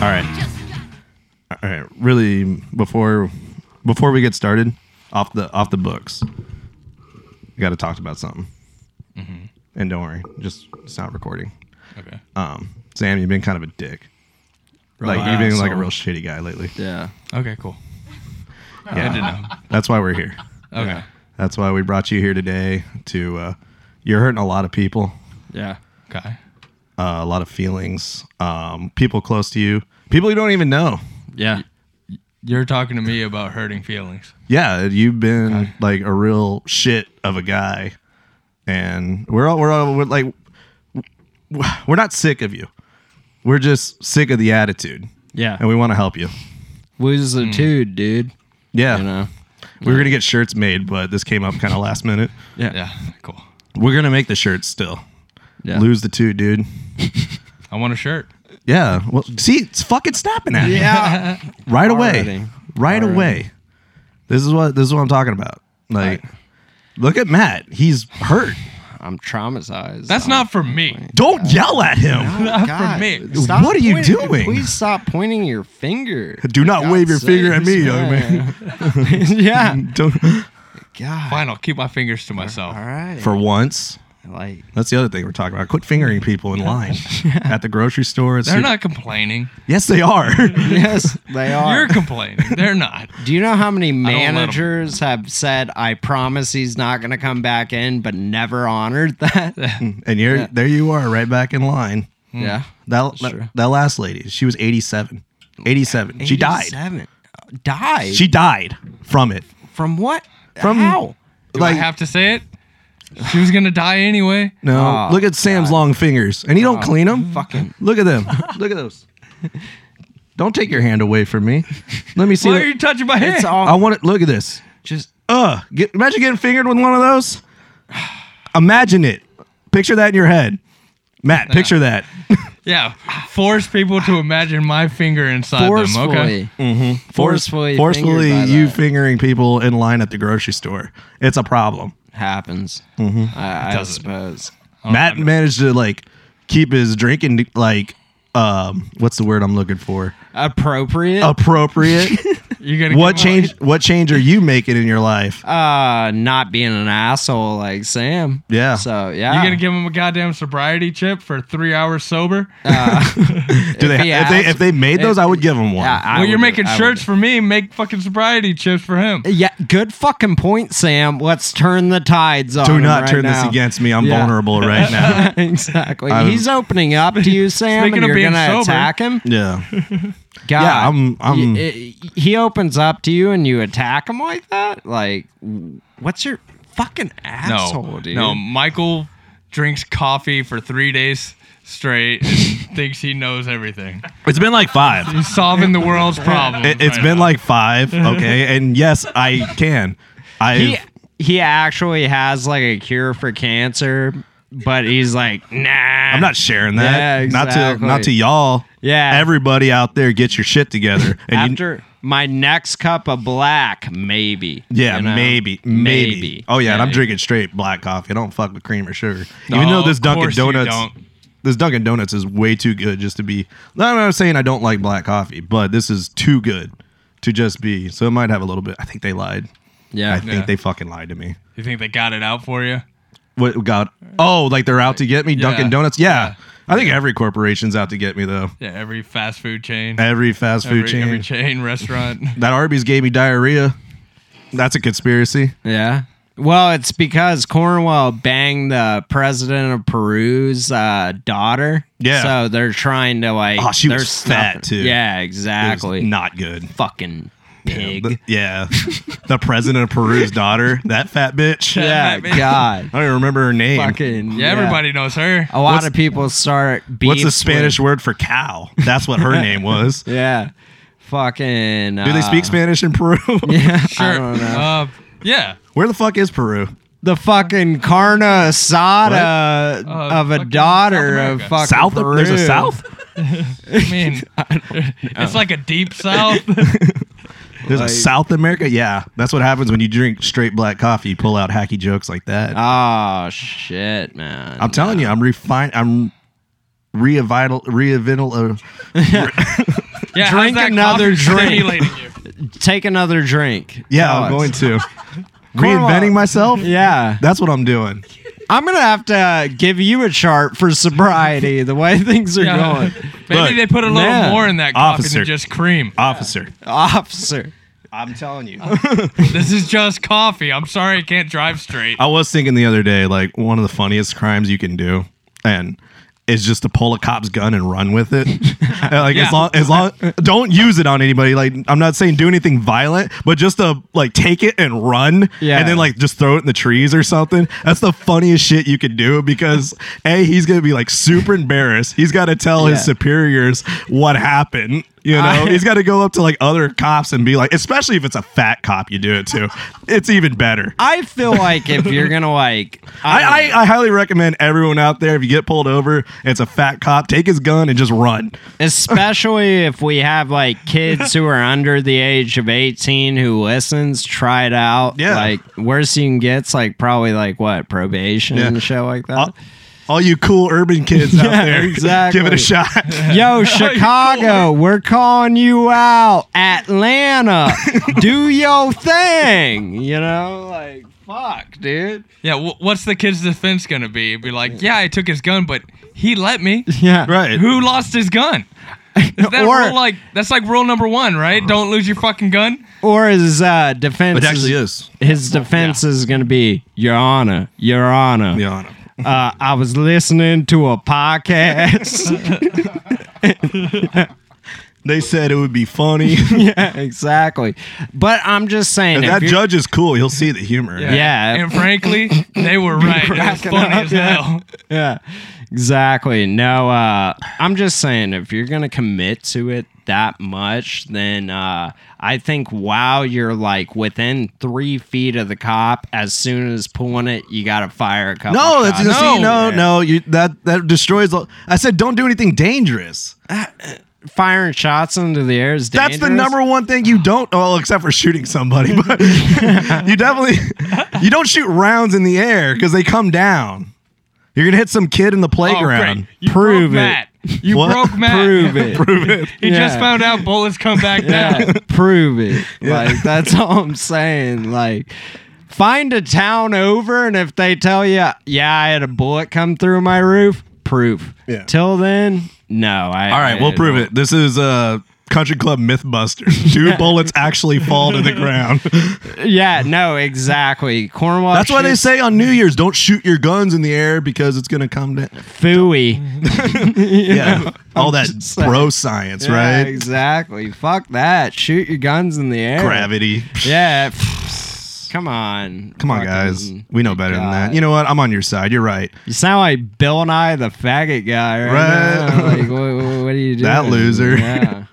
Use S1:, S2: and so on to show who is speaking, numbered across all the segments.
S1: All right. All right. Really, before before we get started, off the off the books, we got to talk about something. And don't worry, just it's not recording.
S2: Okay.
S1: Um, Sam, you've been kind of a dick. Like
S2: Relax.
S1: you've been like a real shitty guy lately.
S3: Yeah.
S2: Okay, cool.
S1: Yeah.
S2: Good to know.
S1: That's why we're here.
S2: Okay.
S3: Yeah.
S1: That's why we brought you here today. To uh, you're hurting a lot of people,
S3: Yeah.
S2: Okay.
S1: uh, a lot of feelings. Um, people close to you, people you don't even know.
S3: Yeah.
S2: You're talking to me about hurting feelings.
S1: Yeah, you've been like a real shit of a guy, and we're all we're all we're like we're not sick of you. We're just sick of the attitude,
S3: Yeah.
S1: and we want to help you.
S3: Loses
S2: Hmm.
S3: the dude, dude.
S1: Yeah,
S3: You know.
S1: we were gonna get shirts made, but this came up kind of last minute.
S3: Yeah.
S2: Yeah. Cool.
S1: We're gonna make the shirts still.
S3: Yeah.
S1: Lose the two, dude.
S2: I want a shirt.
S1: Yeah. Well, see, it's fucking snapping at me.
S3: Yeah.
S1: right away.
S3: Already.
S1: Right
S3: Already.
S1: away. This is what this is what I'm talking about. Like, look at Matt. He's hurt.
S3: I'm traumatized.
S2: That's
S3: I'm-
S2: not for me.
S1: Don't yell at him.
S2: Not for
S3: God.
S2: me.
S3: Stop
S1: What are you
S3: pointing-
S1: doing?
S3: Please stop pointing your finger.
S1: Do not
S3: God's
S1: wave your finger at
S3: sakes,
S1: me, young man.
S3: yeah.
S1: Don't.
S3: God.
S2: Fine, I'll keep my fingers to myself.
S3: All right.
S1: For once,
S3: like
S1: that's the other thing we're talking about. Quit fingering people in line at the grocery store.
S2: They're not complaining.
S1: Yes, they are.
S3: yes, they are.
S2: You're complaining. They're not.
S3: Do you know how many
S2: let 'em.
S3: managers have said, "I promise he's not going to come back in," but never honored that?
S1: and you're
S3: Yeah.
S1: there. You are right back in line.
S3: yeah.
S1: That
S3: That's true.
S1: that, that last lady, she was 87. 87. She died.
S3: 87. Died.
S1: She died from it.
S3: from what?
S1: From
S3: how?
S2: Do I have to say it? She was gonna die anyway.
S1: No,
S3: Oh,
S1: look at Sam's long fingers, and he don't clean them.
S3: fucking-
S1: look at them. look at those. Don't take your hand away from me. Let me see.
S2: Why
S1: the-
S2: are you touching my hand?
S3: It's
S1: I
S3: all
S1: want to look at this.
S3: just
S1: Ugh! Get, imagine getting fingered with one of those. Imagine it. Picture that in your head, Matt. Picture that.
S2: yeah. Force people to imagine my finger inside
S3: forcefully.
S2: them. Okay.
S1: Mm.
S3: Forcefully
S1: forcefully,
S3: fingered by
S1: you
S3: that.
S1: fingering people in line at the grocery store. It's a problem.
S3: Happens.
S1: Mm-hmm.
S3: I, I suppose.
S1: Matt managed to like keep his drinking like um what's the word I'm looking for
S3: Appropriate.
S1: appropriate.
S2: You're gonna
S1: what
S2: give me-
S1: change? What change are you making in your life?
S3: uh, not being an asshole like Sam.
S1: Yeah.
S3: So yeah.
S2: You're gonna give him a goddamn sobriety chip for three hours sober?
S1: Do they,
S3: he
S1: if they
S3: asked-
S1: if they made those, I would give them one.
S3: Yeah, I
S2: well, you're
S3: would-
S2: making
S3: I would-
S2: shirts for me. Make fucking sobriety chips for him.
S3: Yeah, good fucking point, Sam. Let's turn the tides on.
S1: Do
S3: him
S1: not
S3: right
S1: turn
S3: now.
S1: this against me. I'm
S3: Yeah.
S1: vulnerable right now.
S3: exactly.
S1: I'm-
S3: He's opening up to you, Sam,
S2: Speaking
S3: and
S2: of
S3: you're
S2: being
S3: gonna
S2: sober-
S3: attack him.
S1: Yeah,
S3: God,
S1: yeah. I'm I'm
S3: Y- i- he opens up to you and you attack him like that? Like, w- what's your fucking asshole,
S2: no,
S3: dude?
S2: no. Michael drinks coffee for three days straight and thinks he knows everything.
S1: It's been like five.
S2: He's solving the world's problems.
S1: It, has
S2: right
S1: been
S2: now.
S1: like five. Okay, and yes, I can. I
S3: He, he actually has like a cure for cancer, but he's like, nah.
S1: I'm not sharing that.
S3: Yeah,
S1: Not to not
S3: exactly.
S1: to y'all.
S3: Yeah.
S1: Everybody out there, get your shit together. And you-
S3: After my next cup of black, maybe.
S1: yeah,
S3: you know?
S1: maybe, maybe,
S3: Maybe.
S1: Oh yeah, and I'm
S3: Yeah.
S1: drinking straight black coffee. I don't fuck with cream or sugar.
S2: No,
S1: Even though this
S2: of
S1: Dunkin'
S2: course you
S1: Donuts,
S2: don't.
S1: this Dunkin' Donuts is way too good just to be. No, I'm not saying I don't like black coffee, but this is too good to just be. So it might have a little bit. I think they lied. I
S3: Yeah.
S1: think
S2: Yeah.
S1: they fucking lied to me.
S2: You think they got it out for you?
S1: What God? Oh, like they're out to get me, Dunkin'
S2: Yeah.
S1: Donuts. Yeah, I think every corporation's out to get me though.
S2: Yeah, every fast food chain,
S1: Every fast food
S2: every,
S1: chain,
S2: every chain restaurant.
S1: that Arby's gave me diarrhea. That's a conspiracy.
S3: Yeah. Well, it's because Cornwall banged the president of Peru's uh, daughter.
S1: Yeah.
S3: So they're trying to like.
S1: Oh, she
S3: they're
S1: was fat,
S3: stuffing-
S1: too.
S3: Yeah,
S1: It was
S3: exactly.
S1: not good.
S3: fucking pig.
S1: The- yeah. the president of Peru's daughter, that fat bitch.
S3: Yeah,
S2: That might be-
S3: God.
S1: I don't even remember her name.
S3: fucking.
S2: Yeah, Oh, everybody knows her.
S3: A lot of people start beefs.
S1: What's the
S3: with-
S1: Spanish word for cow? That's what her name was.
S3: yeah. Fucking.
S1: Do they speak Spanish in Peru?
S3: Yeah.
S2: Sure.
S3: I don't know.
S2: Uh, yeah.
S1: Where the fuck is Peru?
S3: The fucking carne asada
S2: Uh,
S3: of a
S2: fucking
S3: daughter
S2: South
S3: of
S1: South?
S2: America.
S3: fucking Peru.
S1: There's a South?
S2: I mean, it's like a deep south.
S1: There's a
S3: Like-
S1: South America? Yeah. That's what happens when you drink straight black coffee. You pull out hacky jokes like that.
S3: Oh shit, man.
S1: I'm telling you, I'm refine. I'm revital, revital, uh,
S2: Yeah, how's
S3: Drink
S2: that
S3: another
S2: coffee
S3: drink.
S2: Stimulating you.
S3: Take another drink.
S1: Yeah, I'm
S3: Alex.
S1: going to. Reinventing myself?
S3: Yeah.
S1: That's what I'm doing.
S3: I'm going to have to give you a chart for sobriety the way things are
S2: Yeah.
S3: going.
S2: Maybe
S1: Look,
S2: they put a little
S3: man,
S2: more in that coffee
S1: officer.
S2: than just cream.
S1: Officer.
S3: Officer.
S1: I'm telling you.
S2: This is just coffee. I'm sorry I can't drive straight.
S1: I was thinking the other day, like one of the funniest crimes you can do, and is just to pull a cop's gun and run with it. And, like
S2: Yeah.
S1: as long as long don't use it on anybody. Like I'm not saying do anything violent, but just to like take it and run,
S3: Yeah.
S1: and then like just throw it in the trees or something. That's the funniest shit you could do because a he's gonna be like super embarrassed. He's got to tell
S3: Yeah.
S1: his superiors what happened. You know,
S3: I-
S1: he's got to go up to like other cops and be like, especially if it's a fat cop, you do it too. It's even better.
S3: I feel like if you're going to like
S1: I, I, I highly recommend everyone out there if you get pulled over, it's a fat cop, take his gun and just run.
S3: especially if we have like kids who are under the age of 18 who listens try it out
S1: Yeah.
S3: like worst you can get's like probably like what probation
S1: Yeah. Uh,
S3: and shit like that
S1: All, all you cool urban kids out
S3: Yeah,
S1: there,
S3: exactly.
S1: give it a shot.
S3: yo chicago we're calling you out atlanta do your thing you know like fuck dude
S2: Yeah, wh- what's the kid's defense gonna be? Be like, yeah, I took his gun, but he let me.
S3: yeah
S1: right.
S2: Who lost his gun? Is that
S3: Or-
S2: rule like that's like rule number one, right? Don't lose your fucking gun.
S3: or his uh defense
S1: It actually
S3: is,
S1: is.
S3: his defense is gonna be your honor your honor
S1: Your Honor.
S3: uh, I was listening to a podcast.
S1: They said it would be funny.
S3: yeah, exactly. But I'm just saying,
S1: and
S3: if
S1: that
S3: you're-
S1: judge is cool. He'll see the humor.
S3: Yeah.
S2: And frankly, they were right. It was
S3: cracking
S2: funny
S3: up,
S2: as
S3: yeah.
S2: hell.
S3: yeah, exactly. No, uh, I'm just saying, if you're gonna commit to it that much, then uh, I think while you're like within three feet of the cop, as soon as pulling it, you gotta fire a couple.
S1: No, that's
S3: shots.
S1: no, see, no,
S2: Yeah.
S1: no. You that that destroys. all- I said don't do anything dangerous.
S3: firing shots into the air is dangerous.
S1: That's the number one thing you don't. Well, except for shooting somebody, but you definitely you don't shoot rounds in the air because they come down. You're gonna hit some kid in the
S2: Oh,
S1: playground.
S2: great. You
S3: Prove
S2: broke
S3: it.
S2: Matt. You
S1: What?
S2: broke Matt.
S3: Prove it.
S1: Prove it.
S2: He just
S3: Yeah.
S2: found out bullets come back down.
S3: Yeah, prove it. Like that's all I'm saying. Like find a town over and if they tell you, yeah, I had a bullet come through my roof, proof.
S1: Yeah.
S3: Till then, no. I
S1: All right, we'll prove it. This is uh Country Club Mythbusters. Do bullets actually fall to the ground?
S3: Oh, Yeah, no, exactly. Cornwall.
S1: That's why they
S3: shoots
S1: say on New Year's, don't shoot your guns in the air because it's gonna come down.
S3: fooey.
S1: Yeah, all that
S3: saying.
S1: bro science,
S3: Yeah,
S1: right?
S3: exactly. Fuck that. Shoot your guns in the air.
S1: Gravity.
S3: Yeah. Come on.
S1: Come on, guys.
S3: Fucking-
S1: We know better than that.
S3: God.
S1: You know what? I'm on your side. You're right.
S3: You sound like Bill and I, the faggot guy, right?
S1: Right.
S3: now. Like, what, what- what are you doing?
S1: That loser.
S3: Yeah.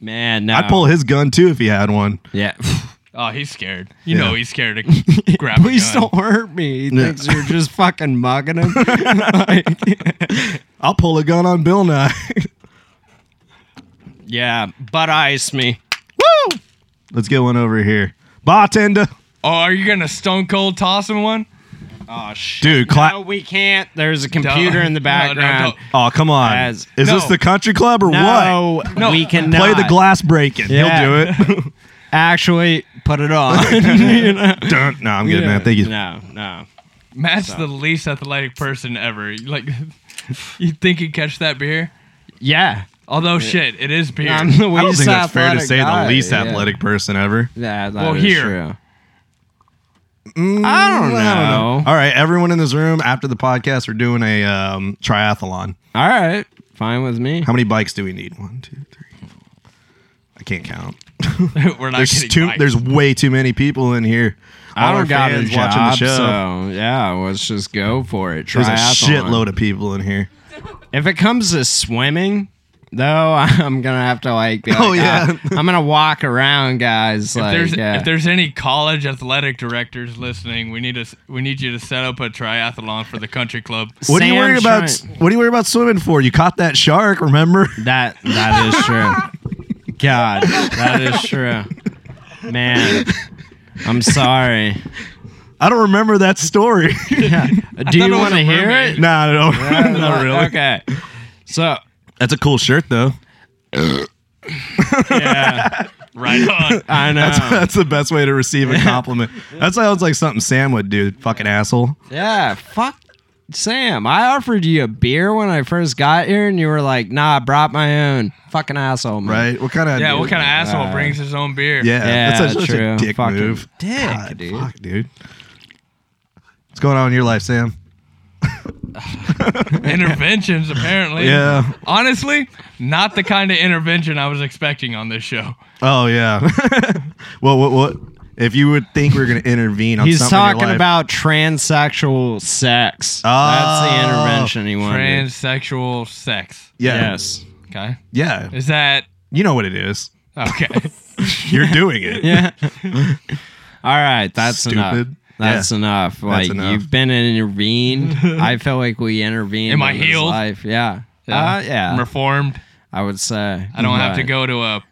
S3: Man, no.
S1: I'd pull his gun too if he had one.
S3: Yeah.
S2: Oh, he's scared. You
S1: Yeah.
S2: know he's scared to grab a
S3: Please
S2: gun.
S3: don't hurt me. He
S1: Yeah.
S3: thinks you're just fucking mugging him. Like-
S1: I'll pull a gun on Bill Nye.
S3: yeah, butt ice me.
S1: Woo! Let's get one over here. Bartender.
S2: Oh, are you gonna stone cold toss him one?
S3: Oh shit.
S1: Dude, clap.
S3: No, we can't. There's a computer in the
S2: No, no, no.
S3: background.
S1: Oh, come on.
S3: As-
S1: Is this
S2: No.
S1: the country club or what?
S3: No,
S2: No.
S3: we cannot.
S1: Play the glass breaking.
S3: Yeah.
S1: He'll do it.
S3: Actually, put it on. you know?
S1: Dun. No, I'm good,
S2: Yeah.
S1: man. Thank you.
S3: No, no.
S2: Matt's the least athletic person ever. Like, you think he'd catch that beer?
S3: Yeah.
S2: Although shit, it is beer.
S3: I'm the least
S1: I don't think that's fair to
S3: athletic
S1: say
S3: guy,
S1: the least
S3: yeah.
S1: athletic person ever.
S3: Yeah, that
S2: Well,
S3: is
S2: here.
S3: true.
S1: Mm,
S3: I don't know.
S1: All right, everyone in this room after the podcast, we're doing a um, triathlon.
S3: All right, fine with me.
S1: How many bikes do we need? One, two, three. Four. I can't count.
S2: We're not
S1: There's
S2: getting
S1: too.
S2: biked.
S1: There's way too many people in here. All
S3: I
S1: our
S3: don't got a
S1: fans
S3: job, so yeah, let's just go for it.
S1: There's a
S3: Triathlon.
S1: shitload of people in here.
S3: If it comes to swimming, though, I'm gonna have to like. Be
S1: Oh,
S3: like,
S1: yeah.
S3: "Ah, I'm gonna walk around, guys.
S2: if
S3: like, uh,
S2: there's
S3: yeah.
S2: if there's any college athletic directors listening, we need us we need you to set up a triathlon for the country club.
S1: What are you
S3: Sam
S1: worried about?
S3: Shrine-
S1: What are you worried about swimming for? You caught that shark, remember?
S3: that that is true. God, that is true. Man, I'm sorry.
S1: I don't remember that story.
S3: Do
S2: thought it
S3: you
S2: was
S3: want
S2: a
S3: to hear
S2: mermaid.
S3: it?
S1: nah, no, not really.
S3: Okay. So
S1: That's a cool shirt though.
S3: Yeah,
S2: Right on.
S3: I know.
S1: That's, that's the best way to receive a compliment. That sounds like something Sam would do. Fucking asshole.
S3: yeah, fuck. Sam, I offered you a beer when I first got here, and you were like, "Nah, I brought my own." Fucking asshole, man.
S1: Right? What kind of
S2: Yeah, what kind of asshole brings his own beer?
S1: Yeah,
S3: Yeah,
S1: that's such, such
S3: true.
S1: a dick
S3: Fucking
S1: move.
S3: dick,
S1: God,
S3: dude.
S1: Fuck, dude. What's going on in your life, Sam?
S2: Interventions, apparently.
S1: Yeah.
S2: Honestly, not the kind of intervention I was expecting on this show.
S1: Oh yeah. well, what what if you would think we were going to intervene on
S3: He's
S1: something in your
S3: talking
S1: life-
S3: about transsexual sex.
S1: Oh.
S3: That's the intervention he wanted.
S2: Transsexual sex.
S1: yeah,
S3: Yes.
S2: Okay.
S1: yeah.
S2: Is that
S1: You know what it is.
S2: okay?
S1: You're doing it.
S3: Yeah. All right. That's enough.
S1: Stupid.
S3: That's
S1: Yeah.
S3: enough. Like
S1: enough.
S3: you've been intervened. I feel like we intervened.
S2: Am I
S3: in his
S2: healed?
S3: Life. Yeah. Yeah. Uh, yeah.
S2: I'm reformed.
S3: I would say.
S2: I don't have to
S3: Right.
S2: go to a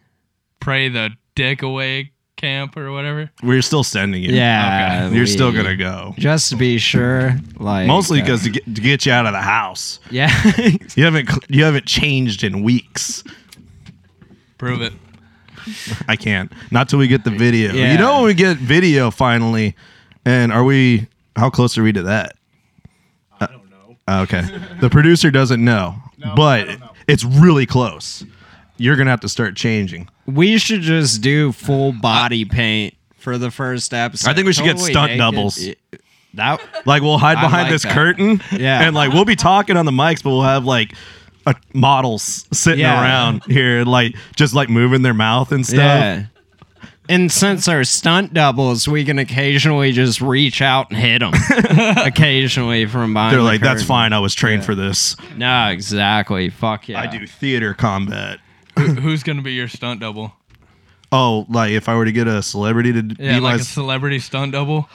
S2: pray the dick away camp or whatever.
S1: We're still sending you.
S3: Yeah.
S1: You're still
S3: we-
S1: gonna go.
S3: Just to be sure. Like
S1: Mostly
S3: uh,
S1: because to, get, to get you out of the house.
S3: yeah.
S1: You haven't cl- you haven't changed in weeks.
S2: Prove it.
S1: I can't. Not till we get the video.
S3: Yeah.
S1: You know when we get video finally, and are we? How close are we to that? I don't know. Okay. the producer doesn't know, but it's really close. You're gonna have to start changing.
S3: we should just do full body paint for the first episode.
S1: I think we should get stunt
S3: naked.
S1: doubles.
S3: That
S1: Like we'll hide
S3: I
S1: behind
S3: like
S1: this
S3: that.
S1: curtain,
S3: Yeah.
S1: and like we'll be talking on the mics, but we'll have like a, models sitting
S3: Yeah.
S1: around here, like just like moving their mouth and stuff.
S3: Yeah. And since our stunt doubles, we can occasionally just reach out and hit them. occasionally from behind.
S1: They're
S3: the
S1: like, "That's
S3: curtain."
S1: fine. I was trained for this.
S3: No, exactly. Fuck yeah.
S1: I do theater combat."
S2: Who- Who's gonna be your stunt double?
S1: Oh, like if I were to get a celebrity to
S2: Yeah,
S1: be my
S2: like a celebrity stunt double.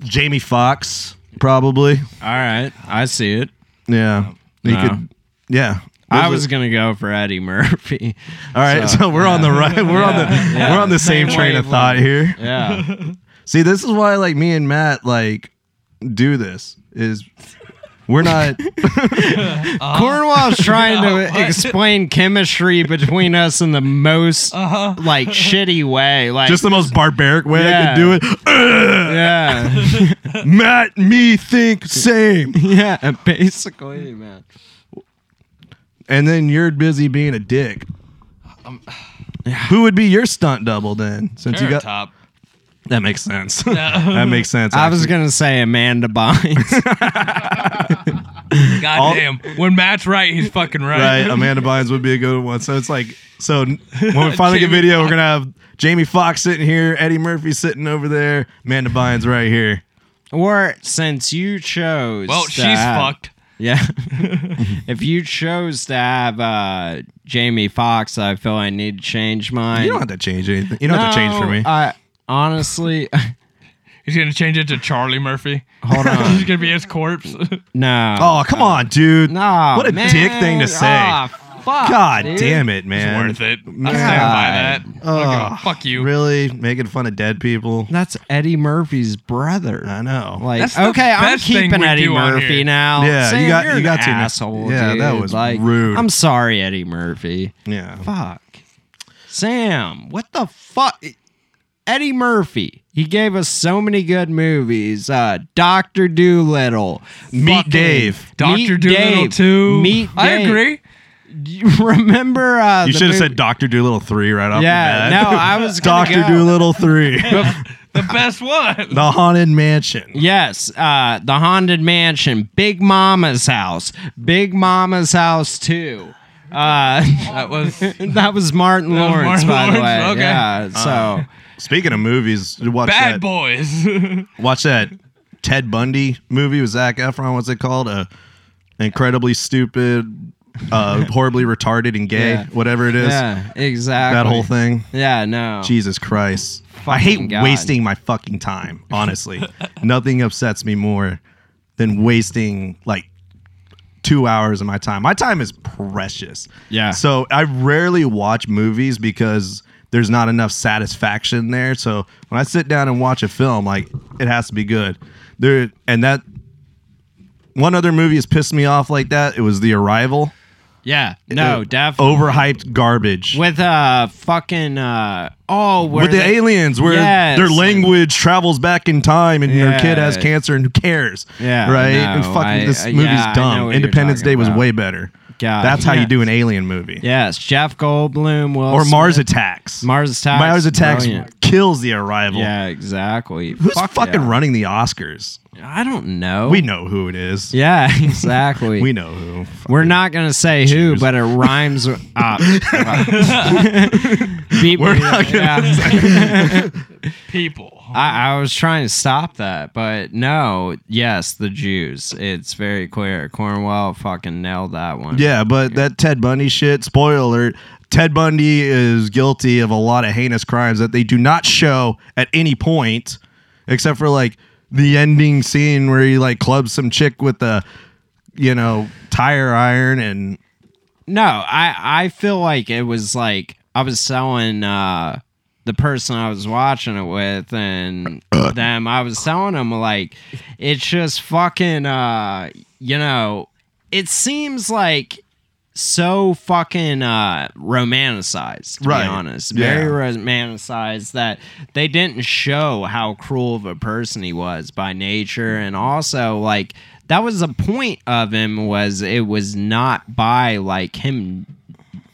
S1: Jamie Fox, probably.
S3: All right, I see it.
S1: Yeah, you
S3: No.
S1: could. Yeah,
S3: I
S1: Those
S3: was
S1: are-
S3: gonna go for Eddie Murphy.
S1: All right, so, we're on the right. We're on the
S3: Yeah.
S1: we're on the same
S2: Same
S1: train of thought here.
S3: Yeah.
S1: See, this is why like me and Matt like do this is we're not.
S3: Cornwall's trying to explain chemistry between us in the most
S2: Uh-huh.
S3: like shitty way. Like
S1: Just the most barbaric way I
S3: Yeah.
S1: could do it. Uh,
S3: yeah,
S1: Matt, me think same,
S3: yeah, basically, man.
S1: and then you're busy being a dick.
S2: Um,
S1: Who would be your stunt double then? Since you
S2: Carrot
S1: got
S2: top.
S1: that makes sense. that makes sense.
S3: I was
S1: actually.
S3: gonna say Amanda Bynes.
S2: Goddamn. When Matt's right, he's fucking right.
S1: Right, Amanda Bynes would be a good one. So it's like, so when we finally get
S2: Jamie
S1: video, we're gonna have Jamie Foxx sitting here, Eddie Murphy sitting over there, Amanda Bynes right here.
S3: or since you chose,
S2: Well,
S3: to
S2: she's
S3: have-
S2: fucked.
S3: Yeah. if you chose to have uh, Jamie Foxx, I feel I need to change mine.
S1: You don't have to change anything. You don't have to change for me.
S3: I honestly,
S2: He's gonna change it to Charlie Murphy.
S3: hold on.
S2: He's gonna be his corpse.
S3: No.
S1: oh come on, dude.
S3: no.
S1: what a
S3: man.
S1: dick thing to say.
S3: Ah, fuck,
S1: God
S3: dude.
S1: damn it, man.
S2: Worth it. I
S3: God.
S2: stand by that. Look, oh, fuck you.
S1: Really making fun of dead people.
S3: That's Eddie Murphy's brother.
S1: I know.
S3: like,
S2: That's the
S3: okay, I'm
S2: best thing
S3: keeping
S2: we
S3: Eddie
S2: do on
S3: Murphy
S2: here.
S3: now.
S1: Yeah,
S3: Sam,
S1: you got-
S3: you're
S1: you
S3: an
S1: got to-
S3: asshole.
S1: yeah, that
S3: dude.
S1: was
S3: like,
S1: rude.
S3: I'm sorry, Eddie Murphy.
S1: yeah.
S3: Fuck. Sam, what the fuck? Eddie Murphy. He gave us so many good movies. Uh, Doctor Doolittle.
S1: Meet
S3: Fucking-
S1: Dave.
S2: Doctor
S3: Meet
S2: Doolittle
S3: Dave.
S2: too.
S3: Meet Dave.
S2: I agree.
S3: You remember? Uh,
S1: You
S3: the
S1: should have
S3: movie-
S1: said Doctor Doolittle three right off.
S3: Yeah,
S1: the bat.
S3: no, I was gonna
S1: Doctor
S3: go.
S1: Doolittle three,
S2: The best one.
S1: the haunted mansion.
S3: Yes, uh, the haunted mansion, Big Mama's house, Big Mama's house too. Uh,
S2: That was
S3: that was Martin
S2: was
S3: Lawrence,
S2: Martin
S3: by the
S2: Lawrence,
S3: way.
S2: okay.
S3: Yeah,
S1: Uh,
S3: so
S1: Speaking of movies, watch that.
S2: Bad Boys.
S1: Watch that Ted Bundy movie with Zach Efron. What's it called? Uh, incredibly stupid, uh, horribly retarded and gay,
S3: Yeah.
S1: whatever it is.
S3: yeah, exactly.
S1: That whole thing.
S3: Yeah, no.
S1: Jesus Christ. I
S3: Fucking
S1: hate
S3: God.
S1: wasting my fucking time, honestly. Nothing upsets me more than wasting like two hours of my time. My time is precious.
S3: Yeah.
S1: So I rarely watch movies because there's not enough satisfaction there. So when I sit down and watch a film, like it has to be good. There and that one other movie has pissed me off like that. It was The Arrival.
S3: Yeah. No,
S1: Uh,
S3: definitely.
S1: Overhyped garbage.
S3: With uh fucking uh oh where
S1: with the
S3: they-
S1: aliens where
S3: Yes.
S1: their language travels back in time and your kid has
S3: Yeah.
S1: cancer and who cares
S3: Yeah,
S1: right
S3: I
S1: and
S3: know.
S1: fucking
S3: I-
S1: this
S3: I-
S1: movie's
S3: yeah, I know what
S1: dumb
S3: you're
S1: independence
S3: talking
S1: day was
S3: about.
S1: way better
S3: God,
S1: that's how you
S3: yes.
S1: do an alien movie
S3: Yes, Jeff Goldblum will
S1: or mars
S3: Smith.
S1: attacks
S3: Mars Attacks.
S1: mars attacks
S3: Brilliant.
S1: kills the arrival
S3: Yeah, exactly.
S1: who's
S3: Fuck
S1: fucking
S3: yeah.
S1: running the oscars
S3: I don't know.
S1: we know who it is
S3: Yeah, exactly.
S1: we know who
S3: We're not gonna say who, but it rhymes. with- Uh, Beep-
S1: We're not gonna
S3: yeah.
S2: people.
S3: I, I was trying to stop that, but no. Yes, the Jews. It's very clear. Cornwell fucking nailed that one.
S1: yeah but that ted bundy shit spoiler alert ted bundy is guilty of a lot of heinous crimes that they do not show at any point except for like the ending scene where he like clubs some chick with a you know tire iron and
S3: No, I I feel like it was like I was selling uh the person I was watching it with and them. I was telling them like it's just fucking uh you know it seems like so fucking uh romanticized to
S1: Right.
S3: be honest
S1: Yeah.
S3: very romanticized that they didn't show how cruel of a person he was by nature and also like that was a point of him was it was not by like him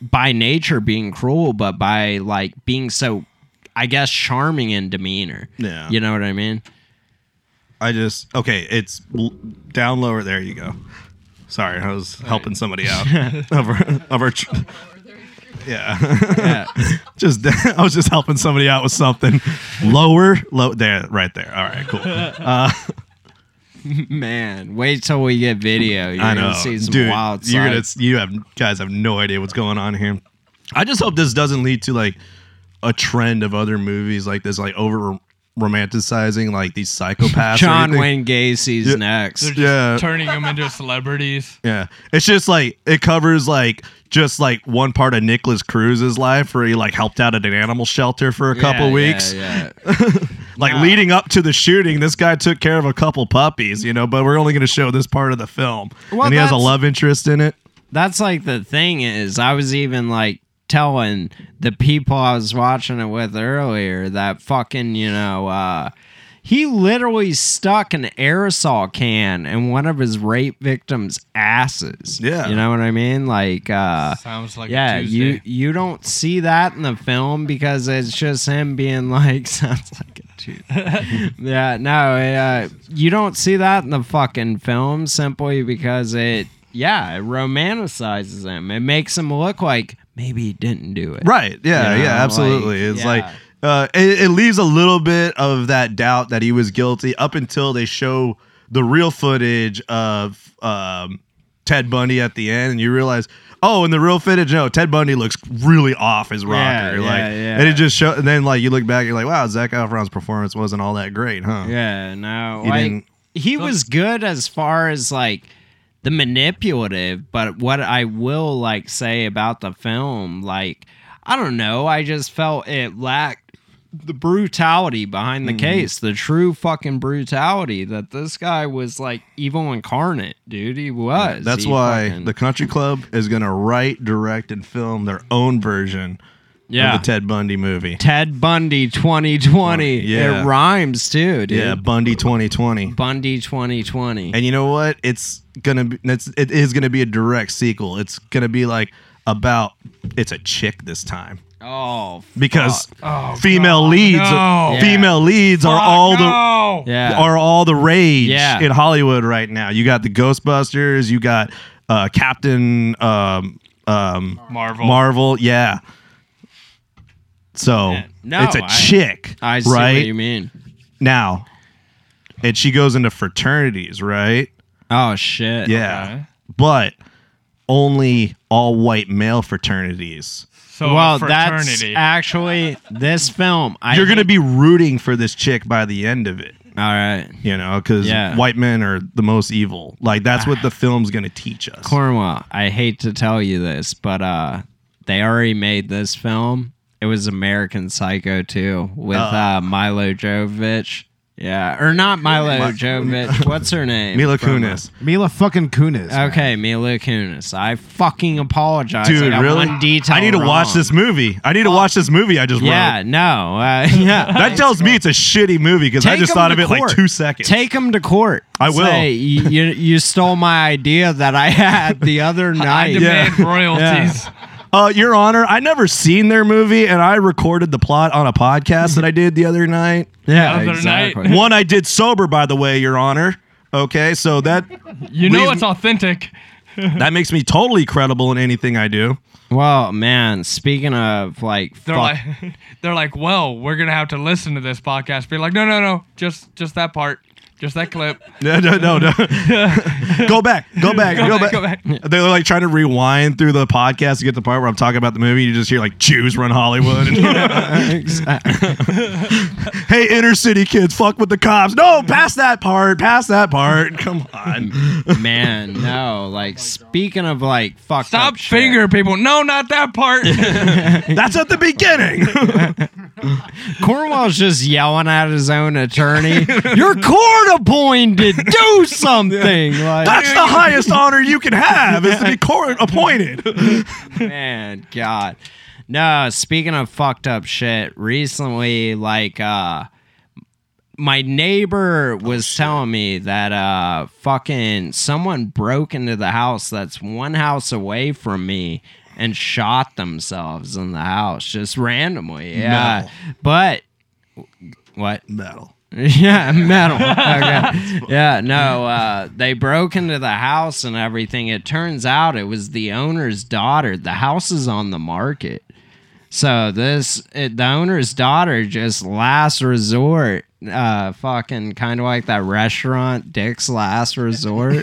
S3: by nature being cruel but by like being so i guess charming in demeanor
S1: Yeah.
S3: you know what i mean
S1: i just okay it's l- down lower there you go sorry i was helping somebody out of our, of our tr- yeah
S3: yeah
S1: just I was just helping somebody out with something lower low there right there all right cool
S3: man wait till we get video you're
S1: I know,
S3: gonna see some
S1: dude.
S3: wild
S1: you're gonna,
S3: sights.
S1: you have guys have no idea what's going on here. I just hope this doesn't lead to like a trend of other movies like this, like over romanticizing like these psychopaths. or
S3: john
S1: anything.
S3: wayne gacy's
S1: Yeah.
S3: next
S2: They're just
S1: Yeah.
S2: turning them into celebrities.
S1: Yeah, it's just like it covers like just like one part of Nicholas Cruz's life where he like helped out at an animal shelter for a couple
S3: Yeah,
S1: weeks.
S3: yeah, yeah.
S1: Like leading up to the shooting, this guy took care of a couple puppies, you know. But we're only gonna show this part of the film,
S3: Well,
S1: and he has a
S3: that's-
S1: love interest in it.
S3: that's like the thing is i was even like telling the people i was watching it with earlier that fucking you know uh he literally stuck an aerosol can in one of his rape victims' asses.
S1: Yeah.
S3: You know what I mean? Like uh
S2: Sounds like
S3: yeah,
S2: a Tuesday.
S3: you you don't see that in the film because it's just him being like sounds like a Tuesday. yeah, no, uh, you don't see that in the fucking film simply because it yeah it romanticizes him. It makes him look like maybe he didn't do it.
S1: Right. Yeah.
S3: You know,
S1: yeah. Absolutely.
S3: like,
S1: it's
S3: yeah.
S1: like uh, it, it leaves a little bit of that doubt that he was guilty up until they show the real footage of um, Ted Bundy at the end, and you realize. Oh, in the real footage, no, Ted Bundy looks really off his rocker.
S3: Yeah,
S1: like,
S3: yeah, yeah.
S1: and it just show. And then, like, you look back, you're like, wow, Zach Efron's performance wasn't all that great, huh?
S3: Yeah, no,
S1: He
S3: like
S1: didn't-
S3: he was good as far as like the manipulative, but what I will like say about the film, like I don't know, I just felt it lacked the brutality behind the
S1: Mm.
S3: case, the true fucking brutality that this guy was like evil incarnate, dude. He was.
S1: That's
S3: He
S1: why
S3: fucking-
S1: the Country Club is gonna write, direct, and film their own version
S3: yeah.
S1: of the Ted Bundy movie.
S3: Ted Bundy 2020.
S1: Yeah.
S3: It rhymes too, dude.
S1: Yeah, Bundy 2020.
S3: Bundy 2020.
S1: And you know what? It's gonna be. It's, it is gonna be a direct sequel. It's gonna be like about. It's a chick this time
S3: oh,
S1: because
S2: Oh,
S1: female
S2: God,
S1: leads,
S2: no.
S1: female leads are all the
S2: no.
S3: yeah.
S1: are all the rage
S3: Yeah.
S1: in Hollywood right now. You got the Ghostbusters. You got uh, Captain um, um,
S2: Marvel.
S1: Marvel. Yeah. So
S3: No,
S1: it's a
S3: I-
S1: chick,
S3: I see
S1: right
S3: what you mean.
S1: now, and she goes into fraternities, right?
S3: Oh shit.
S1: Yeah.
S2: Okay.
S1: But only all white male fraternities.
S2: so
S3: well,
S2: a
S3: that's
S2: fraternity.
S3: actually this film. I
S1: You're going to
S3: hate-
S1: be rooting for this chick by the end of it,
S3: all right.
S1: you know, because
S3: Yeah. Ah.
S1: white men are the most evil. Like, that's what the film's going to teach us.
S3: Cornwall. I hate to tell you this, but uh, they already made this film. It was American Psycho 2 with uh, Milo uh, Jovovich Yeah, or not Milo Jovovich. What's her name?
S1: Mila
S3: From, uh,
S1: Kunis.
S4: Mila fucking Kunis.
S1: Uh,
S4: man.
S3: Okay, Mila Kunis. I fucking apologize.
S1: Dude,
S3: I got
S1: really?
S3: One detail
S1: I need to watch
S3: wrong.
S1: this movie. I need to watch this movie. I just
S3: Yeah,
S1: wrote.
S3: no. Uh, yeah.
S1: That tells me it's a shitty movie because I
S3: Take
S1: just
S3: 'em
S1: thought
S3: to
S1: of it
S3: court.
S1: like two seconds.
S3: Take him to court.
S1: I will.
S3: Say, "You- you, you stole my idea that I had the other
S2: I
S3: night.
S2: demand royalties.
S1: Uh, Your Honor, I never seen their movie, and I recorded the plot on a podcast that I did the other night.
S3: Yeah,
S2: Other night.
S3: exactly.
S1: One I did sober, by the way, Your Honor. Okay, so that
S2: You know
S1: Leave-
S2: it's authentic.
S1: that makes me totally credible in anything I do.
S3: Well, man, speaking of like,
S2: They're
S3: fuck-
S2: like, they're like, well, we're gonna have to listen to this podcast. Be like, no, no, no, just, just that part, just that clip.
S1: No, no, no, no. go back, go back, go,
S2: Go
S1: back.
S2: back, go back.
S1: They're like trying to rewind through the podcast to get the part where I'm talking about the movie. You just hear like Jews run Hollywood.
S3: Exactly.
S1: hey, inner city kids, fuck with the cops. No, pass that part. Pass that part. Come on.
S3: uh, man, no, like speaking of like, fuck.
S2: Stop finger people. No, not that part.
S1: That's at the beginning.
S3: Cornwall's just yelling at his own attorney. You're court appointed. Do something. Like,
S1: That's the highest honor you can have is to be court appointed.
S3: man, God. No, speaking of fucked up shit, recently, like, uh, my neighbor was telling me that uh fucking someone broke into the house that's one house away from me and shot themselves in the house just randomly. Yeah. But what?
S1: Metal.
S3: Yeah, metal. Okay. yeah, no, uh, they broke into the house and everything. It turns out it was the owner's daughter. The house is on the market. So this, it, the owner's daughter, just last resort, uh, fucking kind of like that restaurant, Dick's Last Resort.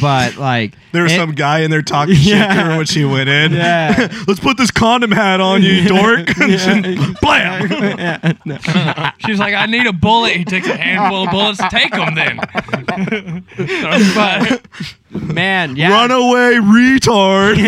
S3: but like,
S1: There was
S3: it-
S1: some guy in there talking shit to her when she went in.
S3: Yeah.
S1: Let's put this condom hat on you, dork. And she- Blam.
S2: She's like, I need a bullet. He takes a handful of bullets. Take them then. but
S3: man, yeah,
S1: Run away, retard.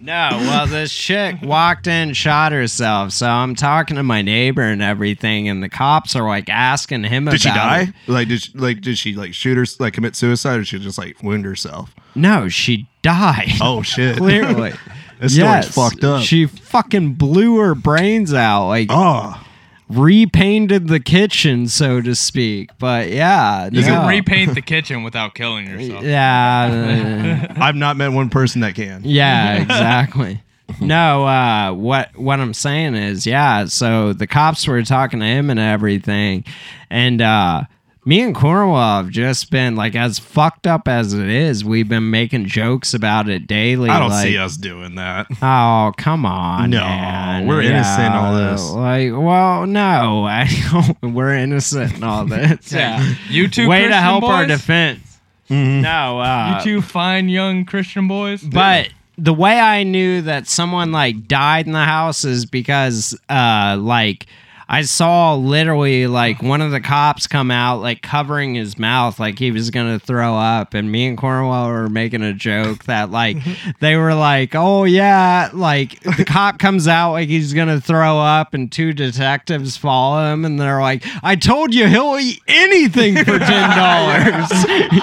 S3: No, well, this chick walked in, shot herself. So I'm talking to my neighbor and everything, and the cops are like asking him
S1: did she
S3: about it.
S1: die? Like did she, like did she like shoot her like commit suicide or she just like wound herself?
S3: No, she died.
S1: Oh shit.
S3: Clearly.
S1: This story's fucked up.
S3: She fucking blew her brains out, like
S1: Oh.
S3: repainted the kitchen, so to speak. But yeah,
S2: you
S3: no.
S2: can repaint the kitchen without killing yourself.
S3: yeah, uh,
S1: I've not met one person that can.
S3: yeah, exactly. No, uh, what what I'm saying is, yeah. So the cops were talking to him and everything, and uh, me and Cornwall have just been like, as fucked up as it is, we've been making jokes about it daily.
S1: I don't
S3: like,
S1: see us doing that.
S3: Oh, come on.
S1: No,
S3: man.
S1: we're innocent in all this.
S3: Like, well, no, I don't, we're innocent in all this. yeah.
S2: You two
S3: Way
S2: Christian
S3: to help
S2: boys?
S3: our defense.
S1: Mm-hmm.
S3: No, uh,
S2: You two fine young Christian boys.
S3: but the way I knew that someone like died in the house is because uh like I saw literally like one of the cops come out like covering his mouth like he was gonna throw up and me and Cornwall were making a joke that like they were like, Oh yeah, like the cop comes out like he's gonna throw up and two detectives follow him and they're like, I told you he'll eat anything for ten dollars.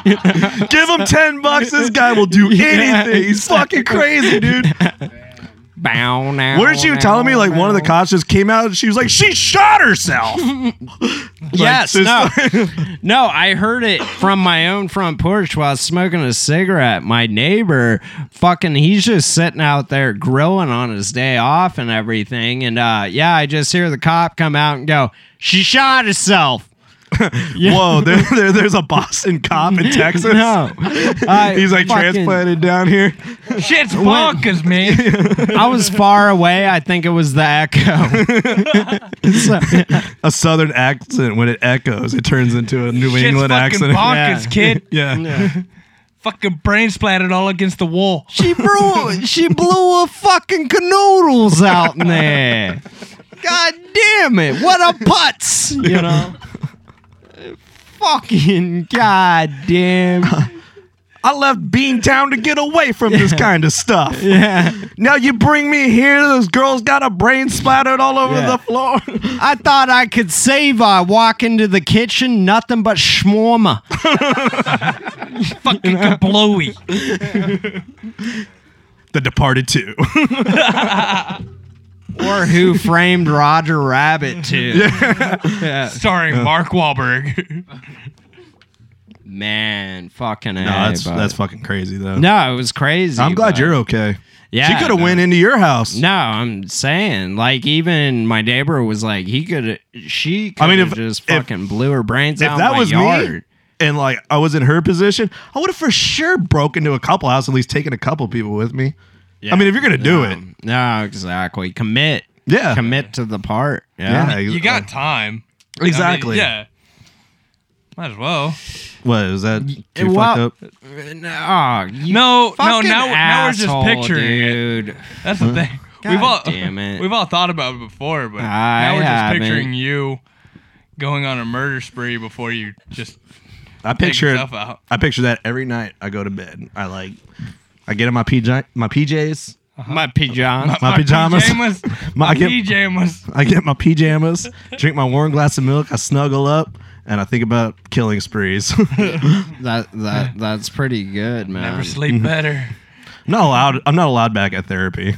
S1: Give him 10 bucks. This guy will do anything. He's fucking crazy, dude.
S3: Bow now.
S1: Weren't you
S3: now,
S1: telling me like one of the
S3: now.
S1: cops just came out and she was like, she shot herself?
S3: yes,
S1: this-
S3: no, no. I heard it from my own front porch while smoking a cigarette. My neighbor, fucking, he's just sitting out there grilling on his day off and everything. And uh, yeah, I just hear the cop come out and go, "She shot herself."
S1: Whoa, there, there- there's a Boston cop in Texas.
S3: No, I
S1: He's like
S3: fucking-
S1: transplanted down here.
S2: shit's bonkers, man.
S3: I was far away. I think it was the echo. So-
S1: A southern accent, when it echoes, it turns into a New
S2: Shit's
S1: England
S2: fucking
S1: accent.
S2: bonkers,
S3: Yeah.
S2: kid.
S1: Yeah.
S2: Fucking brain splattered all against the wall.
S3: She blew she blew a fucking canoodles out in there. God damn it. What a putz, you know. fucking goddamn.
S1: I left Beantown to get away from this kind of stuff.
S3: Yeah.
S1: Now you bring me here. This girl's got a brain splattered all over
S3: Yeah.
S1: the floor.
S3: I thought I could save. I walk into the kitchen, nothing but shmorma.
S2: Fucking kablowy.
S1: the Departed Two.
S3: or who framed Roger Rabbit too. Yeah.
S2: Starring Mark Wahlberg.
S3: Man, fucking A,
S1: that's
S3: bud.
S1: that's fucking crazy though.
S3: No, it was crazy.
S1: I'm glad
S3: but-
S1: you're okay.
S3: Yeah,
S1: she could have
S3: no.
S1: went into your house.
S3: No, I'm saying like even my neighbor was like he could she could
S1: I mean, if-
S3: just
S1: if-
S3: fucking blew her brains
S1: if
S3: out
S1: that
S3: my
S1: was
S3: yard.
S1: me and like I was in her position, I would have for sure broke into a couple house, at least taken a couple people with me. I mean, if you're gonna do it,
S3: Um, No, exactly. Commit.
S1: Yeah.
S3: Commit to the part.
S1: yeah,
S3: Yeah.
S2: You got time. I mean,
S1: exactly.
S2: yeah. Might as well.
S1: What is that? Too
S3: Well,
S1: fucked up.
S3: No, you
S2: No, no.
S3: fucking
S2: Now, now we're just
S3: asshole,
S2: picturing it.
S3: dude.
S2: That's the thing.
S3: God
S2: we've all
S3: damn it.
S2: we've all thought about it before, but
S3: I
S2: now we're
S3: haven't.
S2: just picturing you going on a murder spree before you just
S1: I
S2: take
S1: picture
S2: yourself out.
S1: I picture that every night I go to bed. I like, I get in my PJ, my PJs,
S2: Uh-huh.
S3: My pajamas.
S1: my, pajamas.
S2: pajamas.
S1: My-
S2: My
S1: I get-
S2: pajamas.
S1: I get my pajamas, drink my warm glass of milk. I snuggle up and I think about killing sprees. I'm
S3: That that that's pretty good, man.
S2: Never sleep better.
S1: not allowed. I'm not allowed back at therapy.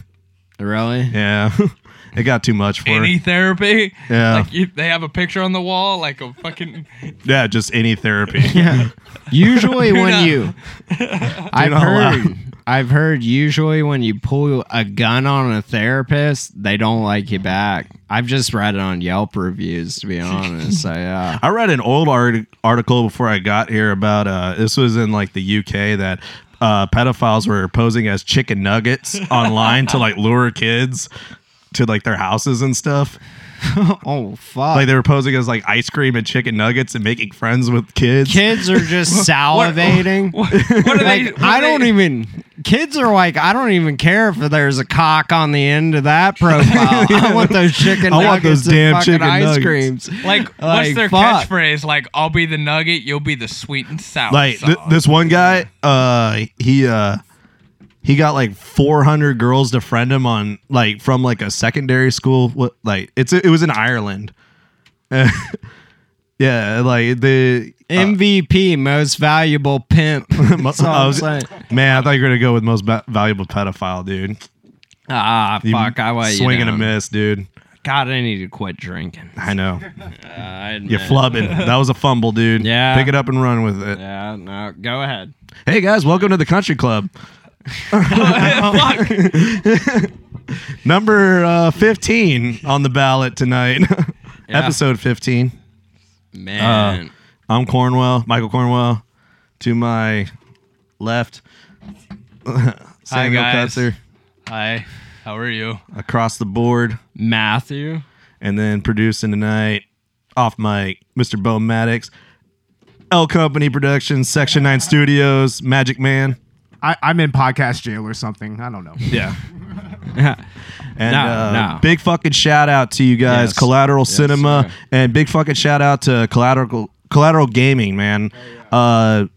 S3: Really?
S1: Yeah, it got too much for.
S2: Any therapy?
S1: Yeah.
S2: Like you, they have a picture on the wall, like a fucking.
S1: Yeah, just any therapy.
S3: Yeah. Usually
S2: You're
S3: when
S2: not-
S3: you I've
S1: not
S3: heard
S1: allowed.
S3: I've heard usually when you pull a gun on a therapist, they don't like you back. I've just read it on Yelp reviews to be honest. so yeah.
S1: I read an old art- article before I got here about uh, this was in like the UK that uh, pedophiles were posing as chicken nuggets online to like lure kids to like their houses and stuff.
S3: Oh fuck.
S1: Like they were posing as like ice cream and chicken nuggets and making friends with kids.
S3: kids are just salivating.
S2: What, what are they?
S3: like
S2: what
S3: I
S2: are they-
S3: don't even kids are like I don't even care if there's a cock on the end of that profile. I want those chicken
S1: I want
S3: nuggets
S1: those
S3: and
S1: damn
S3: fucking
S1: chicken
S3: ice
S1: nuggets.
S3: creams.
S2: Like, what's
S3: Like,
S2: their
S3: fuck.
S2: catchphrase? Like, I'll be the nugget, you'll be the sweet and sour.
S1: like th-
S2: sauce."
S1: this one guy uh he uh he got like 400 girls to friend him on like from like a secondary school what like it's it was in ireland yeah like the
S3: MVP, most valuable pimp. That's all
S1: I
S3: I'm
S1: was-
S3: saying.
S1: man i thought you were gonna go with most va- valuable pedophile dude
S3: Ah,
S1: You
S3: fuck! I was
S1: swing
S3: you
S1: and a
S3: down.
S1: miss dude
S3: God, I need to quit drinking.
S1: i know
S3: I admit
S1: you're
S3: it.
S1: flubbing that was a fumble dude
S3: Yeah.
S1: pick it up and run with it
S3: Yeah, no, go ahead.
S1: hey guys welcome to the country club number uh, 15 on the ballot tonight episode 15 Uh,
S3: Man,
S1: i'm cornwell michael cornwell to my left samuel
S2: guys.
S1: Cutzer
S2: Hi, how are you?
S1: across the board
S3: Matthew.
S1: and then producing tonight off mic mr bo maddox l company productions section 9 studios magic man
S4: I, I'm in podcast jail or something. I don't know.
S1: yeah And
S3: No,
S1: uh,
S3: no.
S1: big fucking shout out to you guys,
S3: Yes.
S1: Collateral Cinema,
S3: yeah.
S1: and big fucking shout out to Collateral Collateral Gaming, man.
S3: Oh,
S1: Uh,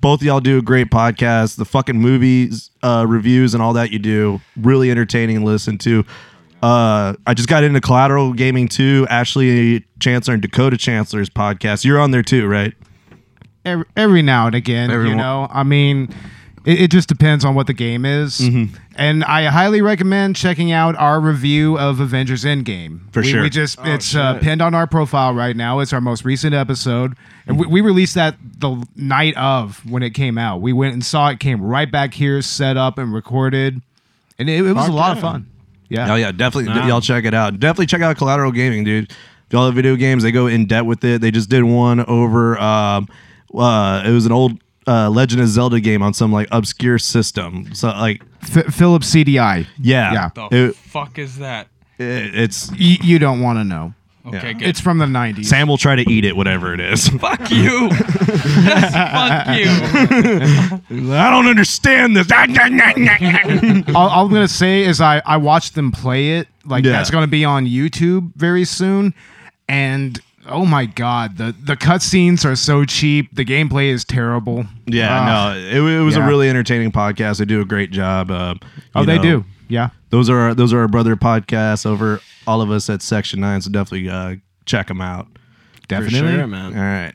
S1: both of y'all do a great podcast. The fucking movies uh, reviews and all that you do really entertaining to listen to. Uh, I just got into Collateral Gaming too. Ashley Chancellor and Dakota Chancellor's podcast. You're on there too, right?
S4: Every, every now and again,
S1: Every
S4: you
S1: one-
S4: know. I mean, it, it just depends on what the game is,
S1: Mm-hmm.
S4: and I highly recommend checking out our review of Avengers Endgame.
S1: For
S4: we,
S1: sure.
S4: we just it's uh, pinned on our profile right now. It's our most recent episode, and we, we released that the night of when it came out. We went and saw it, came right back here, set up and recorded, and it, it was a lot of fun.
S1: Oh
S4: Yeah, Uh-huh.
S1: yeah, definitely. Y'all check it out. Definitely check out Collateral Gaming, dude. If y'all have video games, they go in debt with it. They just did one over. Um, uh, it was an old uh, Legend of Zelda game on some like obscure system. So like,
S4: F- Philip CDI.
S1: yeah,
S4: Yeah.
S2: The
S1: It-
S2: fuck is that?
S1: it- it's
S4: Y- you don't want to know.
S2: Okay,
S1: Yeah.
S2: good.
S4: It's from the '90s.
S1: Sam will try to eat it, whatever it is.
S2: fuck you. Yes, fuck you.
S1: I don't understand this.
S4: all, all I'm gonna say is I I watched them play it. Like
S1: Yeah.
S4: that's gonna be on YouTube very soon, and oh my god, the the cutscenes are so cheap. The gameplay is terrible.
S1: Yeah,
S4: Ah.
S1: no, it, it was
S4: yeah.
S1: a really entertaining podcast. They do a great job. Uh,
S4: Oh,
S1: you
S4: they
S1: know,
S4: do. Yeah.
S1: Those are our, those are our brother podcasts over all of us at Section Nine. So definitely uh, check them out.
S4: Definitely.
S3: sure,
S1: All
S3: man.
S1: right,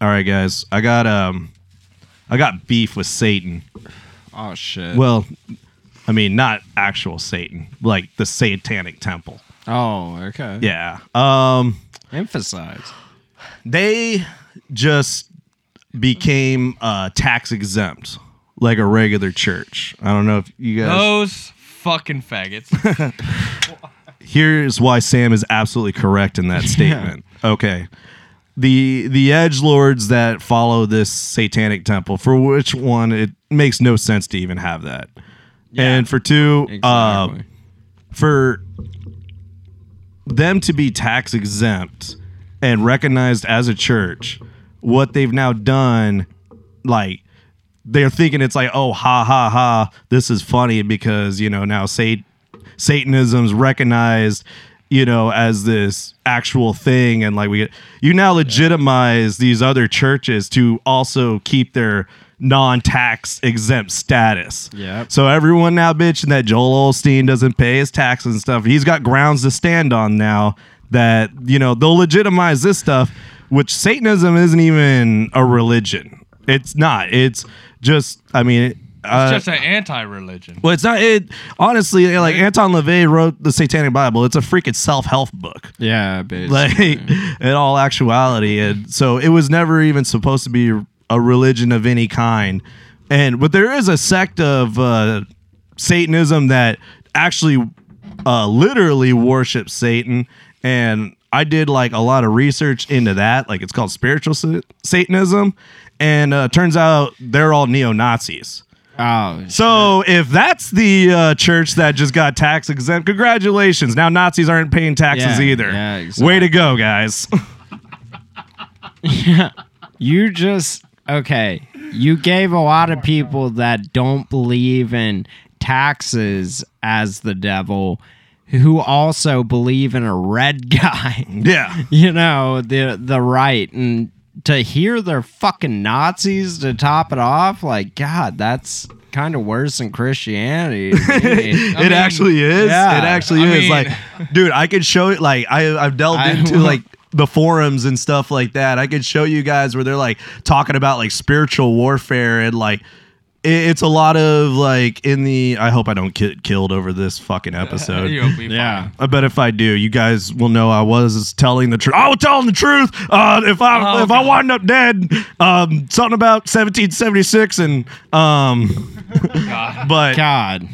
S1: all right, guys. I got um, I got beef with Satan.
S3: Oh shit.
S1: Well, I mean, not actual Satan, like the Satanic Temple.
S3: oh, okay.
S1: Yeah. Um,
S3: Emphasize.
S1: they just became uh, tax exempt, like a regular church. I don't know if you guys.
S2: Those fucking faggots.
S1: here's why Sam is absolutely correct in that statement. Okay. The the edge lords that follow this satanic temple, for which one it makes no sense to even have that. and for two, uh,
S3: Exactly.
S1: for them to be tax exempt and recognized as a church, what they've now done, like they're thinking it's like, oh, ha ha ha, this is funny because you know now say Satanism's recognized, you know, as this actual thing, and like we get you now legitimize these other churches to also keep their non-tax exempt status.
S3: Yep.
S1: So everyone now bitching that Joel Olstein doesn't pay his taxes and stuff. He's got grounds to stand on now that, you know, they'll legitimize this stuff, which Satanism isn't even a religion. It's not. It's just, I mean, uh,
S2: It's just an anti-religion.
S1: well, it's not. It honestly, like Anton LaVey wrote the Satanic Bible. It's a freaking self-help book
S3: yeah, basically.
S1: like in all actuality and so it was never even supposed to be a religion of any kind and but there is a sect of uh, satanism that actually uh, literally worships satan and i did like a lot of research into that like it's called spiritual Sa- satanism and uh, turns out they're all neo-nazis
S3: oh,
S1: so if that's the uh, church that just got tax exempt, congratulations. Now Nazis aren't paying taxes
S3: Yeah,
S1: either.
S3: yeah, exactly.
S1: Way to go, guys.
S3: You just okay. You gave a lot of people that don't believe in taxes as the devil, who also believe in a red guy.
S1: yeah.
S3: You know the the right and to hear they're fucking Nazis to top it off. Like God, that's kind of worse than Christianity. to me.
S1: it actually is.
S3: yeah.
S1: It actually
S2: I
S1: is.
S2: mean-
S1: like, dude, I could show it. Like, I I've delved
S3: I-
S1: into like the forums and stuff like that. I could show you guys where they're like talking about like spiritual warfare and like it, it's a lot of like in the. I hope I don't get killed over this fucking episode.
S2: You'll be
S3: yeah.
S1: I bet if I do, you guys will know I was telling the truth. I was telling the truth. Uh, if I
S2: Oh,
S1: if I
S2: God.
S1: wind up dead, um, something about 1776 and um, but
S3: God.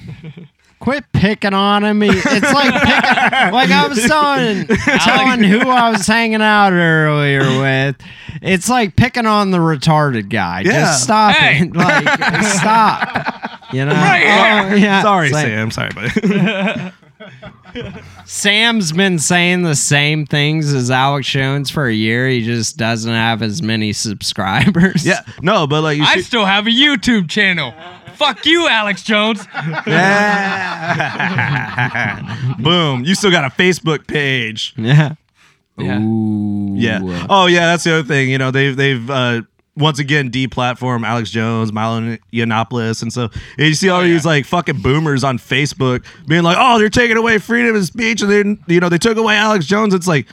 S3: Quit picking on him. He- It's like picking, like I was telling telling who I was hanging out earlier with. It's like picking on the retarded guy.
S1: Yeah.
S3: Just stop
S2: Hey.
S3: it. Like stop. You know.
S2: Right
S3: Oh, yeah.
S1: sorry,
S3: It's like,
S1: Sam. Sorry, buddy.
S3: Sam's been saying the same things as Alex Jones for a year. He just doesn't have as many subscribers.
S1: yeah, no, but like you
S2: I
S1: should-
S2: still have a YouTube channel. Fuck you, Alex Jones.
S1: boom. You still got a Facebook page.
S3: Yeah.
S2: Yeah.
S3: Ooh.
S1: Yeah. Oh yeah, that's the other thing. You know, they've they've uh, once again deplatformed Alex Jones, Milo Yiannopoulos, and so and you see
S2: Oh,
S1: all these like fucking boomers on Facebook being like, "Oh, they're taking away freedom of speech," and they you know they took away Alex Jones. It's like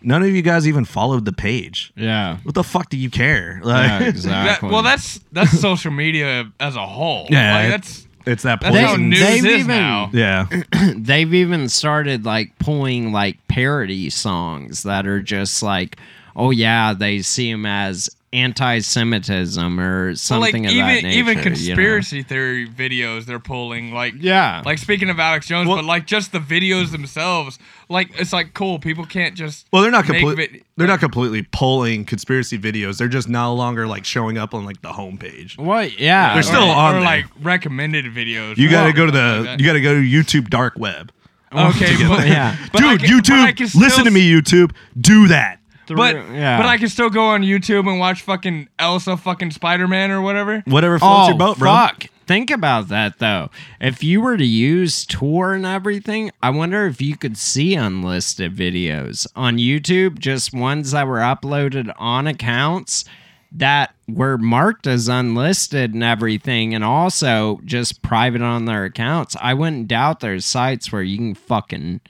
S1: none of you guys even followed the page.
S3: Yeah.
S1: What the fuck do you care? Like,
S3: Yeah,
S2: That-
S3: exactly.
S2: well, that's that's social media as a whole.
S1: Yeah,
S2: Like,
S1: it-
S2: that's
S1: it's that
S2: that's
S1: point.
S2: how news
S3: they've
S2: is
S3: even-
S2: now.
S1: yeah.
S3: they've even started like pulling like parody songs that are just like, oh yeah, they see him as anti-Semitism or
S2: Well, like
S3: something of
S2: even
S3: that nature.
S2: even
S3: you know?
S2: conspiracy theory videos they're pulling like
S3: Yeah.
S2: like speaking of Alex Jones,
S1: Well-
S2: but like just the videos themselves, like it's like cool. People can't just
S1: Well, they're not
S2: make
S1: complete.
S2: vid-
S1: they're not completely pulling conspiracy videos. They're just no longer like showing up on like the homepage.
S3: What? Yeah.
S1: They're
S2: or-
S1: still on
S2: or
S1: there.
S2: like recommended videos.
S1: You
S2: or
S1: got to
S2: something
S3: Oh,
S1: go to
S2: like
S1: the.
S2: that.
S1: You got to go to YouTube Dark Web.
S2: okay, but,
S3: Yeah.
S2: but I
S1: Dude,
S2: can- but I
S1: YouTube,
S2: can still
S1: listen to me, YouTube. Do that.
S2: But
S3: yeah.
S2: but I can still go on YouTube and watch fucking Elsa fucking Spider Man or whatever.
S1: Whatever floats
S3: oh
S1: your boat, bro.
S3: fuck. Think about that though. If you were to use Tor and everything, I wonder if you could see unlisted videos on YouTube, just ones that were uploaded on accounts that were marked as unlisted and everything, and also just private on their accounts. I wouldn't doubt there's sites where you can fucking.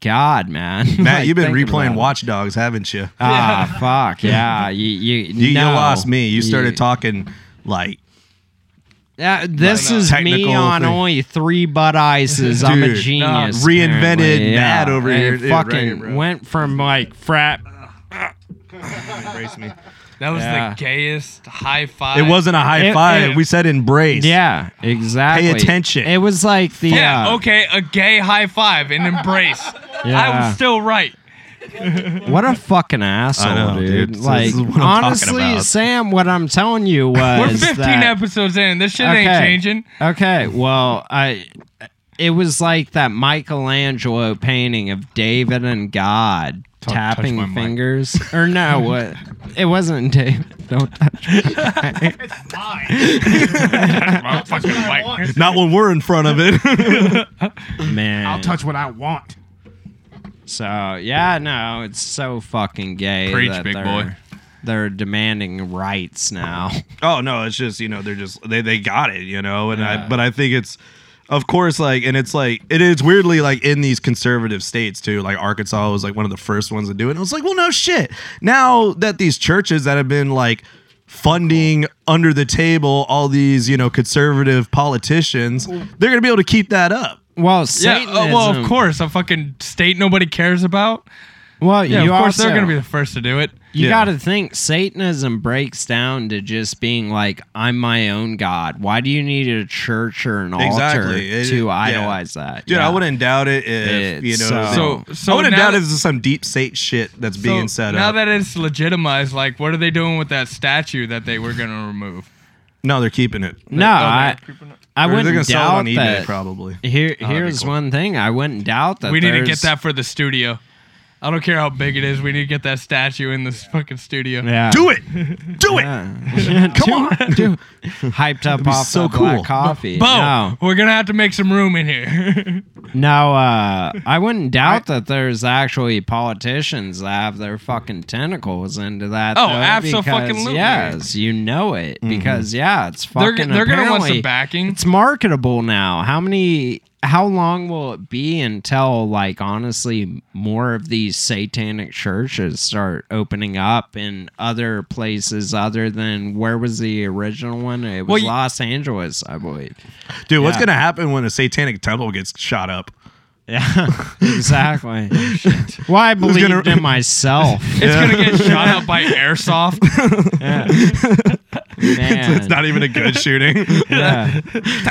S3: God, man.
S1: Matt,
S3: Like,
S1: you've been
S3: think about
S1: replaying
S3: it.
S1: Watch Dogs, haven't you?
S3: Ah, fuck. Yeah. You, you,
S1: You,
S3: no.
S1: you lost me. You started
S3: Yeah.
S1: talking like
S3: Yeah, this
S1: Like, uh,
S3: is me
S1: technical
S3: on
S1: thing.
S3: only three butt ices. I'm a
S1: Dude,
S3: genius.
S1: nah, reinvented
S3: apparently.
S1: Matt over
S3: I
S1: here, dude, right
S3: fucking
S1: here, bro.
S3: went from like frat.
S1: embrace me.
S2: That was
S3: Yeah.
S2: the gayest high five.
S1: It wasn't a high
S3: It-
S1: five.
S3: it-
S1: we said embrace.
S3: Yeah, exactly.
S1: attention.
S3: It was like the
S2: Yeah,
S3: uh,
S2: okay, a gay high five and embrace. I
S3: Yeah.
S2: was still right.
S3: What a fucking asshole,
S1: I know,
S3: dude.
S1: dude. This
S3: Like
S1: is what I'm talking
S3: honestly,
S1: about.
S3: Sam, what I'm telling you was
S2: We're 15
S3: that,
S2: episodes in. This shit ain't
S3: Okay.
S2: changing.
S3: Okay, well, I it was like that Michelangelo painting of David and God
S2: Touch- touch
S3: tapping
S2: my mic.
S3: fingers. Or no, what? It wasn't David. Don't touch.
S2: Fucking white.
S1: Not when we're in front of it.
S3: Man.
S4: I'll touch what I want.
S3: So, yeah, no, it's so fucking gay.
S2: Preach,
S3: that
S2: big
S3: they're-
S2: boy.
S3: They're demanding rights now.
S1: oh no, it's just you know they're just they they got it you know and I but I think it's of course like and it's like it is weirdly like in these conservative states too like Arkansas was like one of the first ones to do it and it was like well no shit now that these churches that have been like funding under the table all these you know conservative politicians they're gonna be able to keep that up
S3: Well,
S2: Yeah,
S3: Satanism,
S2: uh, well, of course, a fucking state nobody cares about.
S3: Well,
S2: Yeah,
S3: you
S2: of course they're
S3: also-
S2: gonna be the first to do it.
S3: You
S1: Yeah.
S3: got to think Satanism breaks down to just being like, I'm my own God. Why do you need a church or an altar
S1: Exactly. It-
S3: to
S1: yeah.
S3: idolize that?
S1: Dude,
S3: Yeah.
S1: I wouldn't doubt it if
S3: It's
S1: you know.
S3: so-
S1: they-
S2: So- so
S1: I wouldn't
S2: now
S1: doubt
S2: that-
S1: if this is some deep state shit that's being
S2: So,
S1: set
S2: now
S1: up.
S2: that it's legitimized, like, what are they doing with that statue that they were gonna remove?
S1: no, they're keeping it.
S3: No, I, I
S1: Or
S3: wouldn't
S1: they're gonna
S3: doubt
S1: sell it on eBay
S3: that.
S1: probably.
S3: Here, here's one thing I wouldn't doubt that.
S2: we need to get
S3: there's-
S2: that for the studio. I don't care how big it is. We need to get that statue in this fucking studio.
S3: Yeah.
S1: Do it, do it.
S3: Come on. Do, hyped up
S1: be
S3: off
S1: so
S3: of black
S1: cool.
S3: coffee.
S2: Bo,
S3: No.
S2: we're gonna have to make some room in here.
S3: No, uh, I wouldn't doubt that there's actually politicians that have their fucking tentacles into that.
S2: Oh,
S3: though,
S2: abso-fucking-lutely.
S3: because, Yes, you know it because yeah, it's
S2: they're
S3: fucking.
S2: they're gonna want some
S3: apparently-
S2: backing.
S3: It's marketable now. How many? How long will it be until, like, honestly, more of these satanic churches start opening up in other places other than where was the original one? It was
S2: Well, y-
S3: Los Angeles, I believe.
S1: Dude, what's
S3: Yeah.
S1: gonna happen when a satanic temple gets shot up?
S3: Yeah, exactly. well, I believed
S1: Oh, gonna-
S3: in myself.
S2: It's gonna get shot up by airsoft.
S3: Yeah.
S1: It's not even a good shooting.
S3: yeah.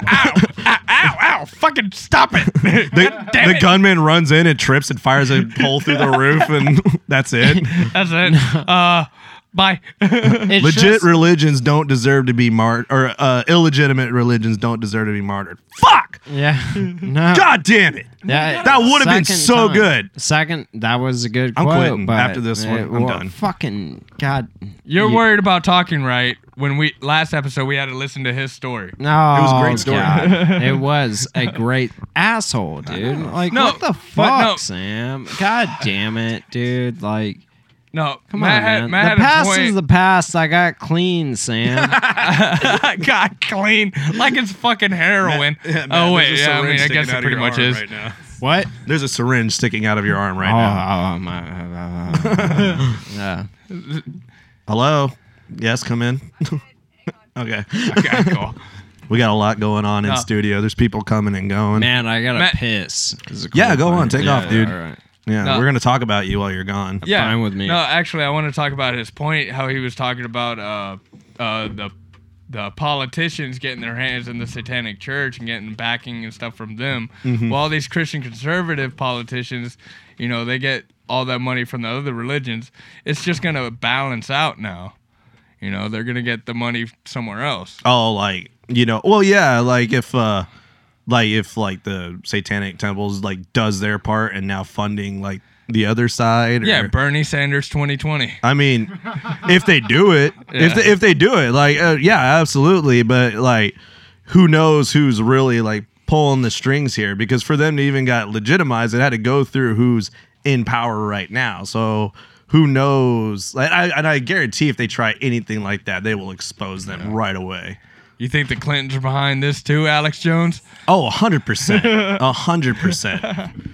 S2: ow, ow, ow! Fucking stop it!
S1: The,
S2: damn
S1: the
S2: it.
S1: gunman runs in and trips and fires a hole through the roof, and that's it.
S2: That's it. Uh, bye.
S3: It's
S1: Legit
S3: just-
S1: religions don't deserve to be martyred, or uh, illegitimate religions don't deserve to be martyred. Fuck!
S3: yeah. No.
S1: God damn it!
S3: That,
S1: That would've been
S3: second
S1: so good.
S3: Second, that was a good
S1: I'm
S3: quote.
S1: quitting
S3: but
S1: after this one.
S3: it
S1: I'm
S3: wa-
S1: done.
S3: Fucking God.
S2: You're
S3: You-
S2: worried about talking right when we last episode we had to listen to his story.
S3: No, it
S1: was a great story.
S3: Oh, It was a great asshole, dude. Like
S2: No,
S3: what the
S2: but
S3: fuck,
S2: no.
S3: Sam? God damn it, dude. Like,
S2: No,
S3: come
S2: Matt
S3: on,
S2: had,
S3: man.
S2: Matt
S3: the
S2: had a
S3: past
S2: point.
S3: is the past. I got clean, Sam.
S2: got clean like it's fucking heroin. oh wait, yeah, I mean, I guess it pretty much is.
S3: what?
S1: There's a syringe sticking out of your arm right now.
S3: Oh, oh, my. yeah.
S1: Hello? Yes, come in. okay.
S2: Okay, cool.
S1: We got a lot going on in
S2: No.
S1: studio. There's people coming and going.
S3: Man, I gotta
S2: Matt-
S3: piss. Is it
S1: Yeah,
S3: cold
S1: go
S3: fire?
S1: on, take
S3: Yeah,
S1: off, dude.
S3: all right.
S1: Yeah,
S2: No.
S1: we're gonna talk about you while you're gone.
S2: Yeah,
S3: fine with me.
S2: No, actually, I want to talk about his point. How he was talking about uh, uh, the the politicians getting their hands in the Satanic Church and getting backing and stuff from them.
S3: Mm-hmm.
S2: Well, all these Christian conservative politicians, you know, they get all that money from the other religions. It's just gonna balance out now. You know, they're gonna get the money somewhere else.
S1: Oh, like you know, well, yeah, like if, uh like if like the Satanic Temples like does their part and now funding like the other side. Or,
S2: Yeah, Bernie Sanders 2020.
S1: I mean, if they do it,
S2: Yeah.
S1: if they, if they do it, like uh, yeah, absolutely. But like, who knows who's really like pulling the strings here because for them to even got legitimized it had to go through who's in power right now so who knows like I, and i guarantee if they try anything like that they will expose them right away
S2: You think the Clintons are behind this too, Alex Jones?
S1: oh 100% 100%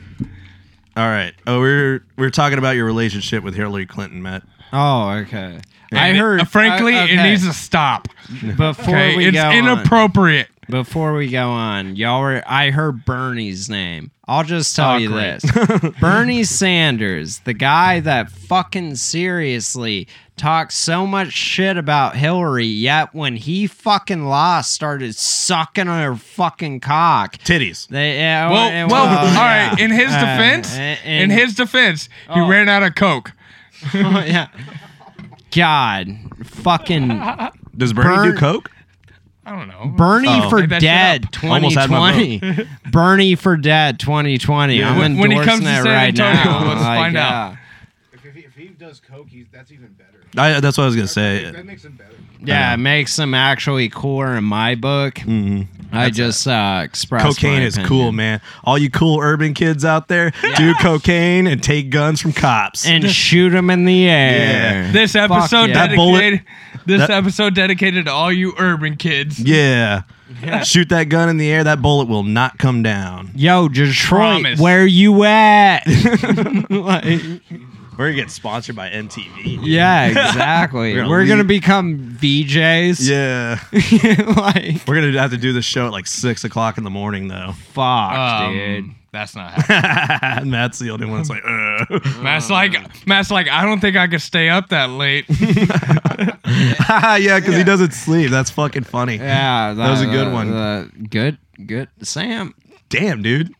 S1: all right oh we're we're talking about your relationship with hillary clinton matt
S3: Oh, okay. I
S2: And it-
S3: heard.
S2: uh, frankly,
S3: I-
S2: it
S3: okay.
S2: needs to stop.
S3: Before
S2: Okay,
S3: we
S2: it's
S3: go on.
S2: inappropriate.
S3: Before we go on, y'all were I heard Bernie's name. I'll just tell
S2: Oh,
S3: you
S2: great.
S3: this. Bernie Sanders, the guy that fucking seriously talked so much shit about Hillary, yet when he fucking lost, started sucking her fucking cock.
S1: titties
S3: They, yeah,
S2: Well,
S3: and-
S2: well, all
S3: yeah.
S2: right. In his
S3: Uh,
S2: defense,
S3: and-
S2: in
S3: and-
S2: his defense, he
S3: Oh.
S2: ran out of coke.
S3: yeah. God, fucking
S1: does bernie
S3: Burn-
S1: do coke
S2: I don't know.
S3: Bernie
S1: Uh-oh.
S3: for
S2: Made that shit
S3: Dead
S2: up.
S1: Almost had my
S3: 2020. Bernie for Dead 2020. I'm
S2: When-
S3: endorsing
S2: when he comes to
S3: that
S2: San
S3: right
S2: Antonio,
S3: now.
S2: let's find out.
S3: uh,
S4: If, if, he, if he does coke, he's, that's even better.
S1: I, that's what i was gonna say
S4: makes him better.
S3: yeah,
S1: I
S3: it makes him actually cooler in my book. I just uh, expressed
S1: Mm-hmm. cocaine
S3: my
S1: is cool,
S3: opinion.
S1: man. All you cool urban kids out there, do cocaine and take guns from cops.
S3: And shoot him in the air.
S1: Yeah.
S2: This
S3: Fuck
S2: episode
S3: yeah.
S1: That bullet-
S2: dedicated. This
S1: that-
S2: episode dedicated to all you urban kids.
S1: yeah. Shoot that gun in the air, that bullet will not come down.
S3: Yo, Detroit,
S2: Promise.
S3: where you at? Like,
S1: We're gonna get sponsored by MTV.
S3: yeah, exactly.
S1: We're gonna
S3: We're going to
S1: leave.
S3: become VJs.
S1: Yeah.
S3: like,
S1: We're gonna have to do this show at like six o'clock in the morning though.
S3: fuck,
S2: Um,
S3: dude.
S2: That's not happening.
S1: Matt's the only one that's like, uh.
S2: Matt's like, Matt's like, I don't think I could stay up that late.
S1: yeah, because he doesn't sleep. That's fucking funny.
S3: Yeah,
S1: That was a good one.
S3: the- good, good. Sam,
S1: Damn, dude.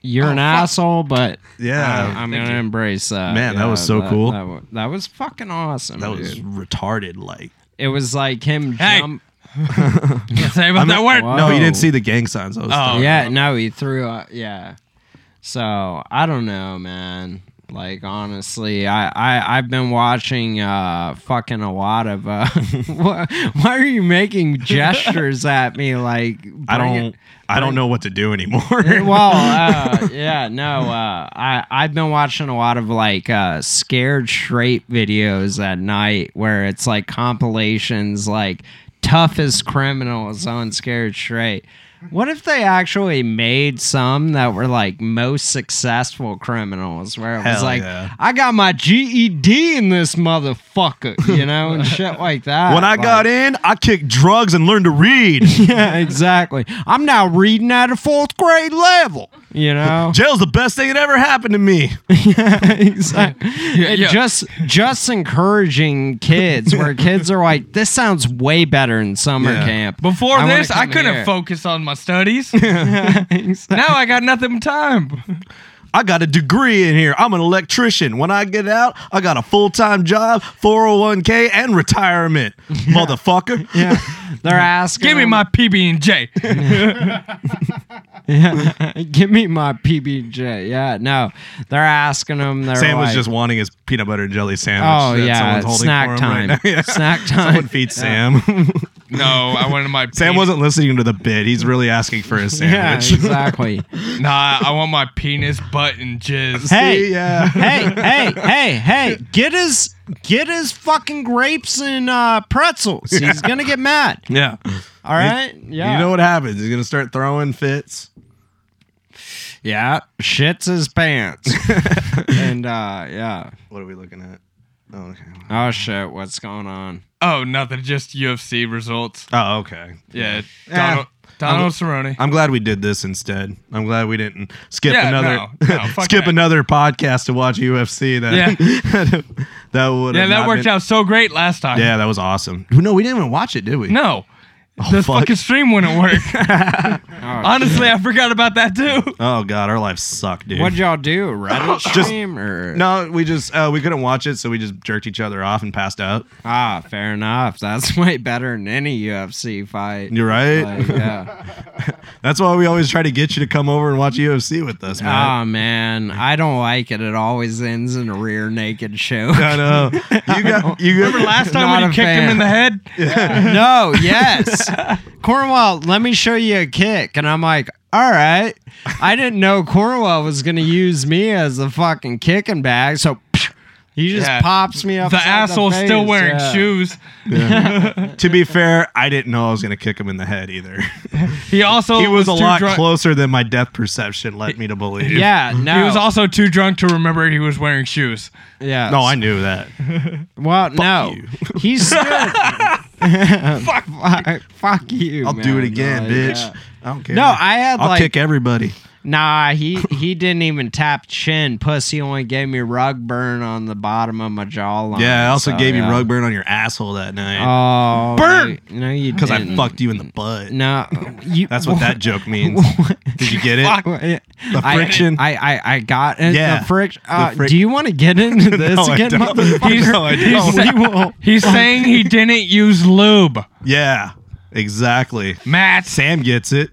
S3: you're an asshole, but
S1: Oh, Yeah.
S3: I, am gonna embrace that.
S1: Man, that was
S3: Yeah,
S1: so cool.
S3: That, wa- that was fucking awesome.
S1: that was
S3: dude.
S1: retarded like.
S3: It was like him
S2: Hey.
S3: jump.
S2: Can't say about
S1: I'm
S2: that
S1: not-
S2: word.
S3: Wow.
S1: No, you
S3: Oh.
S1: didn't see the gang signs. I was
S2: Oh.
S3: yeah, no, he threw. Up, yeah. So I don't know, man. Like honestly, I I I've been watching uh fucking a lot of uh. why, why are you making gestures at me? Like
S1: I
S3: bring it-
S1: don't I don't know what to do anymore.
S3: well, uh, yeah, no, uh, I I've been watching a lot of like uh, scared straight videos at night where it's like compilations like toughest criminals on scared straight. What if they actually made some that were like most successful criminals where it was
S1: Hell
S3: like
S1: yeah.
S3: I got my GED in this motherfucker, you know, and shit like that.
S1: When I got in, I kicked drugs and learned to read.
S3: Yeah, exactly. I'm now reading at a fourth grade level, you know.
S1: Jail's the best thing that ever happened to me.
S3: exactly. And
S2: yeah.
S3: Just just encouraging kids where kids are like, this sounds way better in summer
S1: Yeah.
S3: camp.
S2: Before
S3: I wanna
S2: this, I
S3: come
S2: couldn't
S3: here."
S2: focus on my studies. now I got nothing but time.
S1: I got a degree in here. I'm an electrician. When I get out, I got a full time job, 401k, and retirement. Motherfucker.
S3: Yeah. They're asking
S2: Give me
S3: them-
S2: my PB and J.
S3: yeah, give me my PBJ. Yeah, no. They're asking them they're
S1: Sam was
S3: like,
S1: just wanting his peanut butter and jelly sandwich.
S3: Oh
S1: that
S3: yeah,
S1: someone's holding for
S3: snack
S1: him
S3: time.
S1: Right now. Yeah.
S3: Snack
S1: Someone
S3: time.
S1: feeds Sam.
S2: No, I wanted my.
S1: Sam
S2: pe-
S1: wasn't listening to the bit. He's really asking for his
S3: Yeah,
S1: sandwich.
S3: exactly.
S2: Nah, I want my penis, butt, and jizz.
S3: Hey.
S1: See, yeah.
S3: hey, hey, hey, hey, get his get his fucking grapes and uh, pretzels. He's gonna get mad.
S1: Yeah.
S3: All right? Yeah.
S1: You know what happens? He's going to start throwing fits.
S3: Yeah, shits his pants. and uh yeah.
S1: What are we looking at? Oh, okay.
S3: Oh shit, what's going on?
S2: Oh, nothing. Just UFC results.
S1: Oh, okay.
S2: Yeah.
S1: Yeah. Ah.
S2: Donald, Donald Cerrone.
S1: I'm glad we did this instead. I'm glad we didn't skip
S2: Yeah,
S1: another
S2: no, no, fuck
S1: skip
S2: that.
S1: another podcast to watch UFC. That that would
S2: Yeah,
S1: have
S2: that
S1: not
S2: worked
S1: been-
S2: out so great last time.
S1: Yeah, that was awesome. No, we didn't even watch it, did we?
S2: No.
S1: fuck.
S2: the fucking stream wouldn't work. Honestly, I forgot about that too.
S1: Oh god, our lives suck, dude.
S3: What'd y'all do? Reddit
S1: Just-
S3: stream or
S1: no, we just uh, we couldn't watch it, so we just jerked each other off and passed out.
S3: ah? Fair enough. That's way better than any UFC fight.
S1: You're right.
S3: Like, yeah.
S1: That's why we always try to get you to come over and watch UFC with us,
S2: Ah.
S1: man.
S3: Oh man, I don't like it. It always ends in a rear naked show.
S1: I know. You got you got,
S2: Remember last time
S3: Not
S2: when you
S3: a
S2: kicked him
S3: fan.
S2: in the head?
S3: no, yes. Cornwall, let me show you a kick. And I'm like, all right. I didn't know Cornwall was going to use me as a fucking kicking bag. So he just
S2: Yeah.
S3: pops me up.
S2: The asshole's still wearing shoes.
S1: To be fair, I didn't know I was gonna kick him in the head either.
S2: He
S3: Oh,
S2: also
S1: He was, a
S2: too
S1: lot
S2: drunk-
S1: closer than my death perception led me to believe.
S3: Yeah, no.
S2: He was also too drunk to remember he was wearing shoes.
S3: yeah.
S1: No, I knew that.
S3: Well, no. He stood. fuck, fuck, you.
S1: I'll do
S3: man.
S1: it again,
S3: Like,
S1: bitch.
S3: yeah.
S1: I don't care.
S3: No, I had
S1: I'll
S3: like
S1: kick everybody.
S3: Nah, he he didn't even tap chin. Pussy only gave me rug burn on the bottom of my jawline.
S1: Yeah, I also
S3: Oh, so,
S1: gave
S3: yeah.
S1: you rug burn on your asshole that night
S3: Oh,
S1: Burn!
S3: No, no you
S1: because I
S3: didn't.
S1: fucked you in the butt.
S3: No, you.
S1: That's what that joke means. Did you get it?
S3: The
S1: friction.
S3: I I, I got it.
S1: Yeah.
S3: The friction. Uh,
S1: fric-
S3: do you want to get into this
S1: No, I
S3: again,
S1: don't.
S3: motherfucker?
S1: No, I don't.
S3: We will-
S1: Oh.
S2: He's saying he didn't use lube.
S1: Yeah, exactly.
S2: Matt.
S1: Sam gets it.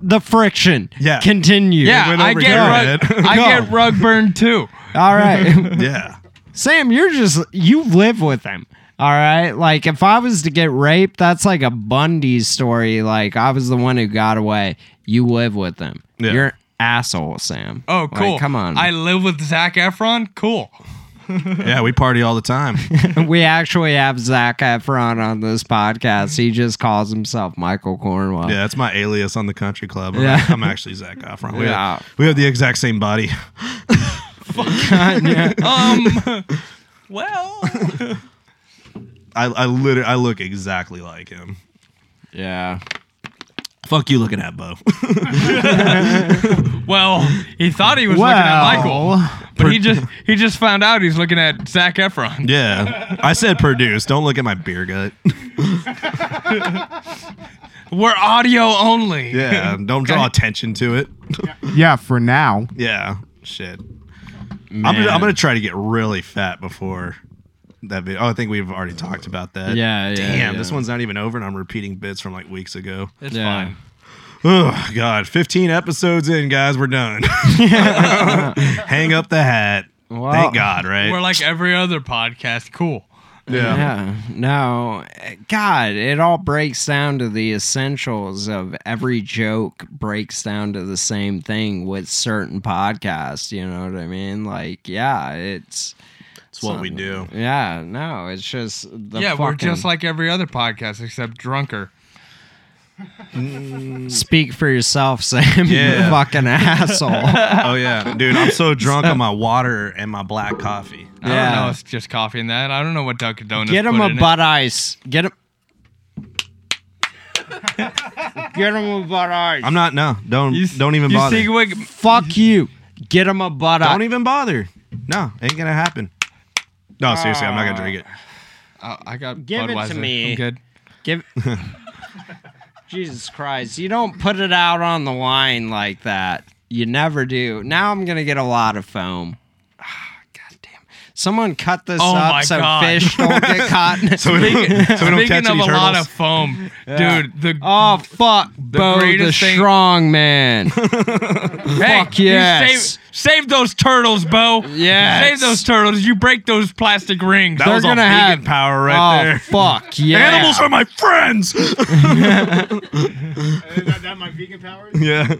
S3: the friction.
S1: Yeah.
S3: Continue.
S2: yeah,
S1: went
S2: I
S1: over
S2: get
S1: your
S2: rug,
S1: head.
S2: I
S1: Go.
S2: get rug burn too.
S3: All right.
S1: Yeah.
S3: Sam, you're just you live with him. All right. Like if I was to get raped, that's like a Bundy story. Like I was the one who got away. You live with them.
S1: Yeah.
S3: You're an asshole, Sam.
S2: Oh,
S3: Like,
S2: cool.
S3: come on.
S2: I live with Zach Efron. Cool.
S1: Yeah, we party all the time.
S3: we actually have Zach Efron on this podcast. He just calls himself Michael Cornwell.
S1: Yeah, that's my alias on the country club. I'm,
S3: Yeah.
S1: I'm actually Zach Efron. We,
S3: Yeah.
S1: have, we have the exact same body.
S2: Um. well.
S1: I, I literally I look exactly like him.
S3: Yeah.
S1: Fuck you looking at Bo.
S2: Well, he thought he was looking at Michael, but he just he just found out he's looking at Zach Efron.
S1: yeah. I said produce. Don't look at my beer gut.
S2: We're audio only.
S1: Yeah. Don't draw attention to it.
S4: Yeah, for now.
S1: Yeah. Shit. I'm gonna, I'm gonna try to get really fat before that video. Oh, I think we've already talked about that.
S3: Yeah, yeah,
S1: Damn,
S3: yeah.
S1: this one's not even over, and I'm repeating bits from like weeks ago.
S2: It's
S3: Yeah.
S2: fine.
S1: Oh God, 15 episodes in, guys. We're done. Hang up the hat.
S3: Wow.
S1: Thank God, right?
S2: We're like every other podcast. Cool.
S3: Yeah. No. God, it all breaks down to the essentials of every joke breaks down to the same thing with certain podcasts, you know what I mean? Like, yeah, it's
S1: That's what we do.
S3: yeah, no, it's just the
S2: yeah, we're just
S3: fucking-
S2: like every other podcast except drunker.
S3: speak for yourself, Sam,
S1: Yeah.
S3: you fucking asshole.
S1: Oh yeah, dude. I'm so drunk on my water and my black coffee.
S2: I don't
S3: Yeah.
S2: know. It's just coffee and that. I don't know what Dunkin' Donuts.
S3: Get him
S2: put
S3: a
S2: in it.
S3: butt ice. Get him Get him a butt ice.
S1: I'm not. No, don't
S2: You s-
S1: don't even
S2: you
S1: bother.
S2: see what-
S3: Fuck you. Get him a butt ice.
S1: don't even bother. No, ain't gonna happen. No, seriously, I'm not gonna drink it.
S2: Oh, I got
S3: Give it to
S2: Budweiser.
S3: me.
S2: I'm good.
S3: Give. Jesus Christ! You don't put it out on the line like that. You never do. Now I'm gonna get a lot of foam. Ah, God damn! Someone cut this
S2: Oh my
S3: up so
S2: God.
S3: fish don't get caught. in-
S1: So we don't, so we don't catch
S2: Speaking of
S1: any
S2: a lot
S1: turtles.
S2: of foam, dude. The
S3: oh fuck, Bo the
S2: greatest thing-
S3: strong man.
S2: hey,
S3: fuck
S2: you
S3: yes.
S2: Save, save those turtles, Bo.
S3: Yes.
S2: Save those turtles. You break those plastic rings.
S1: that was all
S3: gonna
S1: vegan
S3: have-
S1: power right
S3: oh
S1: there.
S3: fuck yeah!
S1: Animals are my friends.
S4: Is that, that my vegan powers?
S1: yeah.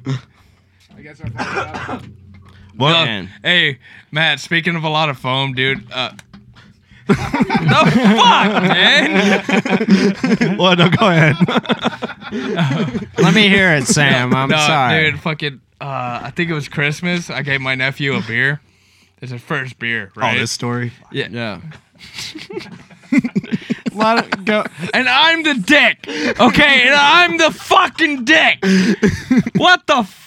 S4: I guess I'm about.
S1: Well,
S3: Man.
S2: Hey, Matt, speaking of a lot of foam, dude. Uh, no, fuck, man.
S1: well, no, go ahead.
S3: Let me hear it, Sam. I'm
S2: no,
S3: sorry.
S2: dude, fucking. Uh, I think it was Christmas. I gave my nephew a beer. It's his first beer, right?
S1: Oh, this story.
S3: Yeah. Let it go.
S2: and I'm the dick, okay? And I'm the fucking dick. What the? F-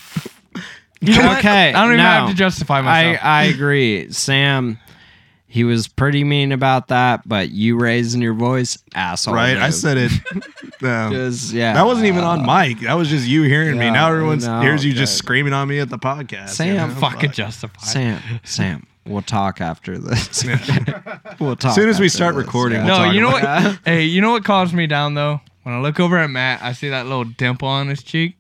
S3: Okay.
S2: I don't even
S3: no.
S2: have to justify myself.
S3: I, I agree. Sam, He was pretty mean about that, but you raising your voice, asshole.
S1: right? I
S3: move.
S1: said it. No.
S3: Just- yeah. Uh,
S1: that wasn't even on mic. That was just you hearing me.
S3: yeah,
S1: Now everyone's
S3: no,
S1: hears you just
S3: good.
S1: screaming on me at the podcast.
S3: Sam,
S1: you know?
S2: Fucking
S1: Fuck.
S2: justified.
S3: Sam, Sam, we'll talk after this. we'll talk.
S1: soon as we
S3: after
S1: start
S3: this,
S1: recording,
S3: yeah.
S1: we'll
S2: No,
S1: talk
S2: you know
S1: about
S2: what? hey, you know what calms me down though? When I look over at Matt, I see that little dimple on his cheek.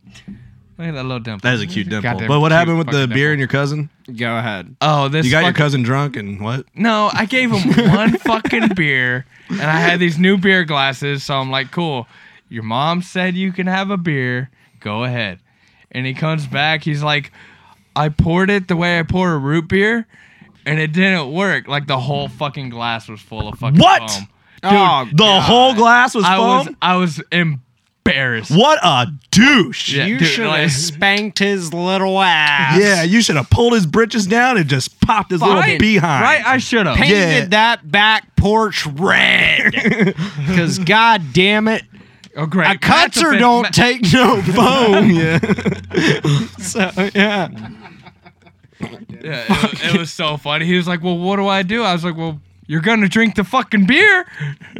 S2: Look at that little dimple.
S1: That is a cute dimple.
S2: Goddamn
S1: But what
S2: cute
S1: happened with the
S2: fucking
S1: beer
S2: dimple.
S1: and your cousin?
S3: Go ahead.
S2: Oh, this.
S1: You got your
S2: fucking-
S1: cousin drunk and what?
S2: No, I gave him one fucking beer, and I had these new beer glasses. So I'm like, cool. Your mom said you can have a beer. Go ahead. And he comes back. He's like, I poured it the way I pour a root beer, and it didn't work. Like the whole fucking glass was full of fucking
S1: What?
S2: foam.
S3: oh,
S1: The whole glass was
S2: I was
S1: foam.
S2: I was embarrassed.
S1: What a douche.
S2: Yeah.
S3: you
S2: dude,
S3: should
S2: like-
S3: have spanked his little ass.
S1: Yeah, you should have pulled his britches down and just popped his little
S2: Right?
S1: behind.
S2: Right? I should have.
S3: painted
S1: Yeah.
S3: that back porch red. Because god damn it,
S2: Oh, great.
S3: a cutser
S2: Matt's
S3: don't
S2: offen-
S3: take no foam. yeah. so yeah.
S2: Yeah, it, was, it was so funny. He was like, "Well, what do I do?" I was like, "Well, you're gonna drink the fucking beer."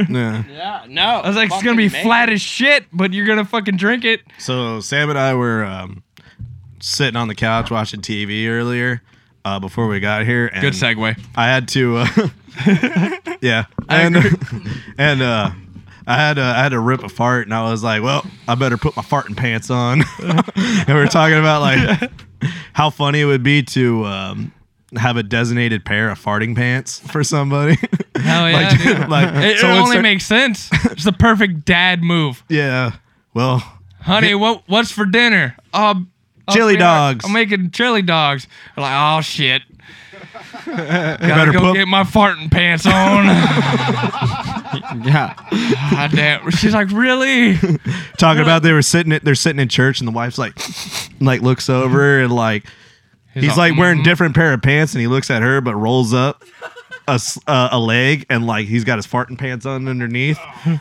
S1: Yeah.
S3: Yeah. No.
S2: I was like, "It's gonna be flat as shit, but you're gonna fucking drink it."
S1: So Sam and I were um, sitting on the couch watching TV earlier uh, before we got here. And
S2: Good segue.
S1: I had to, uh, yeah, and and uh, I had uh, I had to rip a fart, and I was like, well, I better put my farting pants on. and we were talking about like how funny it would be to um, have a designated pair of farting pants for somebody.
S2: Hell yeah,
S1: like,
S2: dude.
S1: like
S2: It, it
S1: someone
S2: only
S1: start-
S2: makes sense. It's the perfect dad move,
S1: yeah. Well,
S2: honey. What what's for dinner? Uh, I'll
S1: Chili
S2: make-
S1: dogs.
S2: I'm making chili dogs. I'm like, oh shit.
S1: better
S2: Gotta go
S1: put-
S2: get my farting pants on.
S3: Yeah.
S2: God damn. She's like, really?
S1: talking about they were sitting at, they're sitting in church and the wife's like like looks over and like he's,
S2: all,
S1: like
S3: "Mm-hmm."
S1: wearing different pair of pants and he looks at her but rolls up a, s- uh, a leg and like he's got his farting pants on underneath
S2: I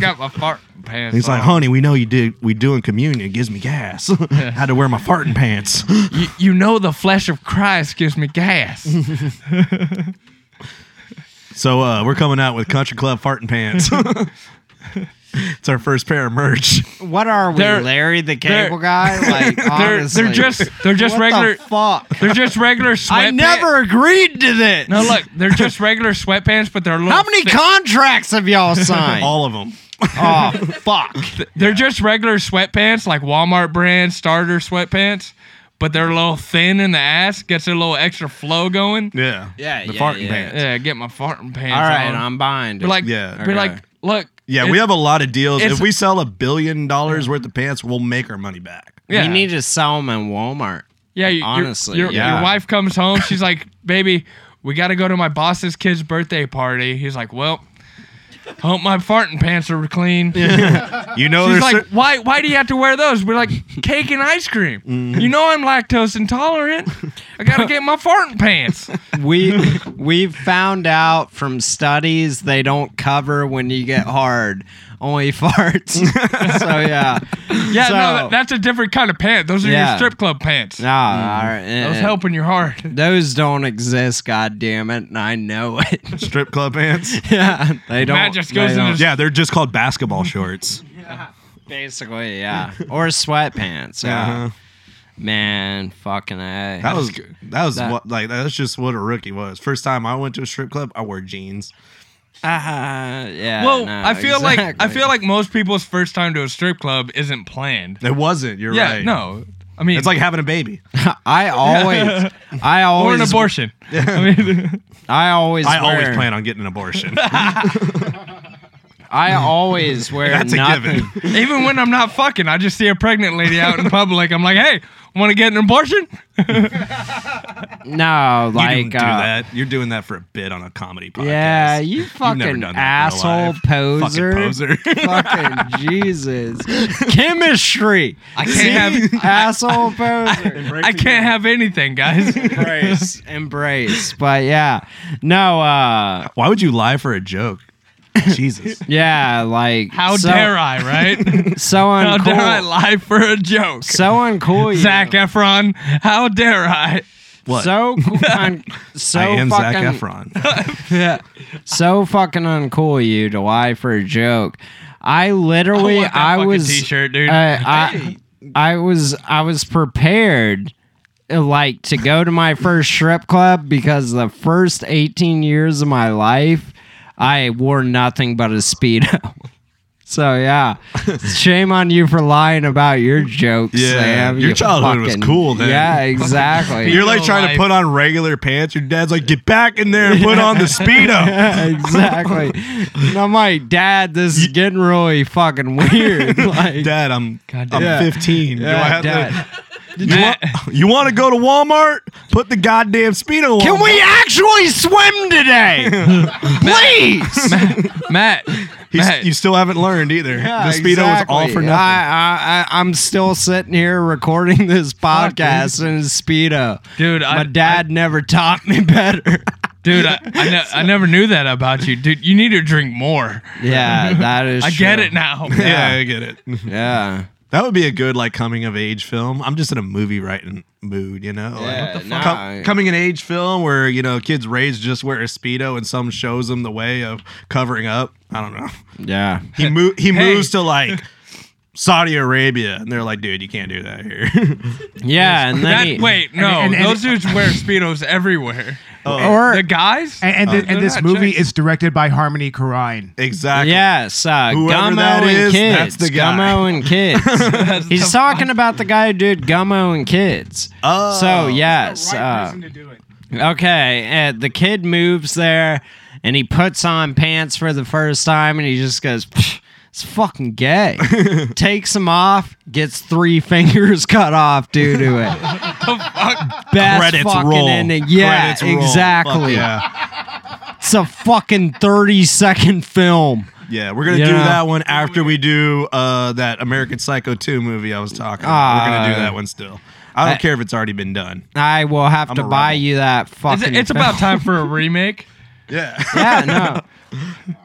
S2: got my farting pants.
S1: he's
S2: on.
S1: like
S3: Oh.
S1: honey we know you did we doing communion it gives me gas I had to wear my farting pants
S2: you, you know the flesh of Christ gives me gas.
S1: so uh, we're coming out with country club farting pants it's our first pair of merch
S3: What are we,
S2: They're-
S3: Larry the
S2: they're-
S3: Cable Guy? Like
S2: they're
S3: honestly,
S2: just- they're just
S3: what the
S2: regular-
S3: fuck.
S2: They're just regular sweatpants.
S3: I never agreed to this.
S2: No, look, they're just regular sweatpants, but they're a little
S3: How many
S2: thick-
S3: contracts have y'all signed?
S1: all of them
S3: oh fuck.
S2: They're just regular sweatpants, like Walmart brand starter sweatpants, but they're a little thin in the ass. Gets a little extra flow going.
S1: yeah
S3: Yeah,
S1: the
S3: yeah,
S1: farting
S3: yeah.
S1: pants
S2: Yeah, get my farting pants.
S3: All right,
S2: on.
S3: I'm buying.
S2: We're like,
S1: Yeah,
S2: we're
S3: okay.
S2: like, look.
S1: Yeah,
S2: it-
S1: we have a lot of deals. If
S2: it's-
S1: we sell a billion dollars worth of pants, we'll make our money back.
S2: Yeah,
S3: you need to sell them in Walmart.
S2: Yeah, you, your-
S3: Honestly,
S2: your,
S3: yeah.
S2: your wife comes home. She's like, "Baby, we got to go to my boss's kid's birthday party." He's like, "Well, hope my farting pants are clean."
S1: You know,
S2: She's
S1: there's
S2: like,
S1: cer-
S2: "Why? Why do you have to wear those?" We're like, "Cake and ice cream."
S3: Mm-hmm.
S2: You know I'm lactose intolerant. I gotta get my farting pants.
S3: we we've found out from studies they don't cover when you get hard only farts so yeah
S2: Yeah,
S3: So-
S2: no, that, that's a different kind of pant. Those are
S3: Yeah.
S2: your strip club pants.
S3: no all right,
S2: Those
S3: eh,
S2: helping your heart.
S3: those don't exist god damn it and i know it
S1: strip club pants.
S3: yeah they don't
S2: Matt just goes
S3: they
S2: in
S3: don't-
S2: his-
S1: Yeah, they're just called basketball shorts.
S3: basically yeah or sweatpants yeah
S1: Uh-huh.
S3: man fucking a
S1: That was that was
S3: That-
S1: what like that's just what a rookie was. First time I went to a strip club, I wore jeans.
S3: Ah, yeah
S2: Well,
S3: no,
S2: I feel like I
S3: exactly.
S2: feel like most people's first time to a strip club isn't planned.
S1: It wasn't. You're
S2: Yeah,
S1: right.
S2: no. I mean,
S1: it's like having a baby.
S3: i always i
S2: or
S3: always
S2: an abortion. I mean,
S3: i always
S1: I always
S3: wear-
S1: plan on getting an abortion.
S3: I always wear
S1: That's a
S3: nothing.
S1: given.
S2: even when I'm not fucking, I just see a pregnant lady out in public. I'm like, hey, want to get an abortion?
S3: No, like
S1: you didn't do
S3: uh,
S1: that. You're doing that for a bit on a comedy podcast.
S3: Yeah, you
S1: You've never
S3: fucking
S1: done that in real
S3: asshole
S1: life.
S3: poser.
S1: Fucking poser.
S3: Fucking Jesus. Chemistry.
S2: I can't have.
S3: asshole poser.
S2: I can't have anything, guys.
S3: Embrace. Embrace. But yeah. No, uh
S1: Why would you lie for a joke? Jesus.
S3: yeah, like
S2: How
S3: so,
S2: dare I, right?
S3: So
S2: How
S3: uncool.
S2: dare I lie for a joke?
S3: So uncool you.
S2: Zach Efron, how dare I?
S1: What?
S3: So cool- un- so
S1: I am Zac
S3: fucking
S1: Efron.
S3: so fucking uncool of you to lie for a joke. I literally
S2: want that
S3: I,
S2: fucking
S3: was
S2: t-shirt, dude.
S3: I, I I was I was prepared uh, like to go to my first strip club because the first 18 years of my life I wore nothing but a speedo. So yeah, shame on you for lying about your jokes,
S1: Yeah,
S3: Sam.
S1: your
S3: you
S1: childhood was
S3: fucking-
S1: cool then.
S3: Yeah, exactly.
S1: You're like trying to put on regular pants. Your dad's like, get back in there and put on the speedo.
S3: Yeah, exactly. and I'm like, Dad, this is getting really fucking weird. Like,
S1: Dad, I'm
S2: God
S1: I'm
S3: damn.
S1: 15. Do I
S3: yeah,
S1: have
S3: Dad.
S1: to? You
S2: Matt-
S1: want, you want to go to Walmart? Put the goddamn speedo on.
S3: Can we actually swim today? Please.
S2: Matt,
S1: He's-
S2: Matt,
S1: you still haven't learned either. the speedo was all for
S3: exactly.
S1: nothing.
S3: I, I, I, I'm still sitting here recording this podcast in a speedo.
S2: dude, I,
S3: My dad never taught me better.
S2: dude, I, I, ne- I never knew that about you, dude. You need to drink more.
S3: yeah, that is.
S2: I get
S3: true.
S2: it now.
S1: yeah, I get it.
S3: Yeah.
S1: That would be a good like coming of age film. I'm just in a movie writing mood, you know. Like,
S3: Yeah,
S1: what the
S3: nah,
S1: fuck? Com-
S3: I-
S1: coming an age film where you know kids raised just wear a speedo and some shows them the way of covering up. I don't know.
S3: Yeah.
S1: He mo- he
S2: Hey.
S1: moves to like Saudi Arabia, and they're like, dude, you can't do that here.
S3: Yeah. And then
S2: That,
S3: he-
S2: wait, no,
S4: and- and-
S2: those dudes wear speedos everywhere.
S3: or
S2: the guys?
S4: And, and, thi-
S2: they're
S4: and this
S2: not
S4: movie
S2: chicks.
S4: is directed by Harmony Korine.
S1: exactly.
S3: Yes, uh,
S1: Whoever
S3: Gummo
S1: that
S3: and
S1: is,
S3: kids.
S1: that's the guy.
S3: Gummo and kids. He's talking about the guy who did Gummo and kids.
S1: Oh.
S3: so yes. uh, okay, uh, the kid moves there, and he puts on pants for the first time, and he just goes. "Pfft, It's fucking gay. Takes them off, gets three fingers cut off due to it. Best
S1: Credits
S3: fucking
S1: roll.
S3: ending. Yeah,
S1: Credits roll. Fuck
S3: exactly.
S1: yeah.
S3: It's a fucking thirty second film.
S1: Yeah, we're gonna
S3: You
S1: do
S3: know.
S1: that one after we do uh, that American Psycho 2 movie I was talking. about. We're gonna do
S3: Ah.
S1: that one still. I don't
S3: I-
S1: care if it's already been done.
S3: I will have
S1: I'm
S3: to
S1: a
S3: buy
S1: rebel.
S3: you that
S2: It's,
S3: fucking.
S2: it's
S3: film.
S2: about time for a remake.
S1: Yeah.
S3: Yeah, no.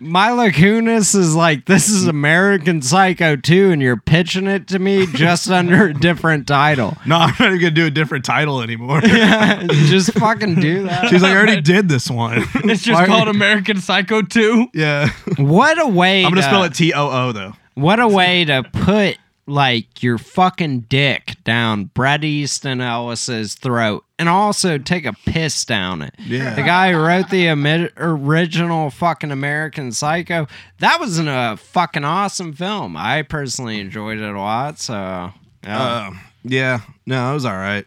S3: Mila Kunis is like, this is American Psycho 2, and you're pitching it to me just under a different title.
S1: No, I'm not even gonna do a different title anymore.
S3: just fucking do that.
S1: She's like, I already did this one.
S2: It's just called American Psycho 2.
S1: yeah.
S3: What a way.
S1: I'm gonna
S3: to,
S1: spell it T O O though.
S3: What a way to put like your fucking dick down Brett Easton Ellis's throat and also take a piss down it.
S1: Yeah.
S3: The guy who wrote the ami- original fucking American Psycho, that was an, a fucking awesome film. I personally enjoyed it a lot. So, yeah.
S1: Um, yeah. No, it was all right.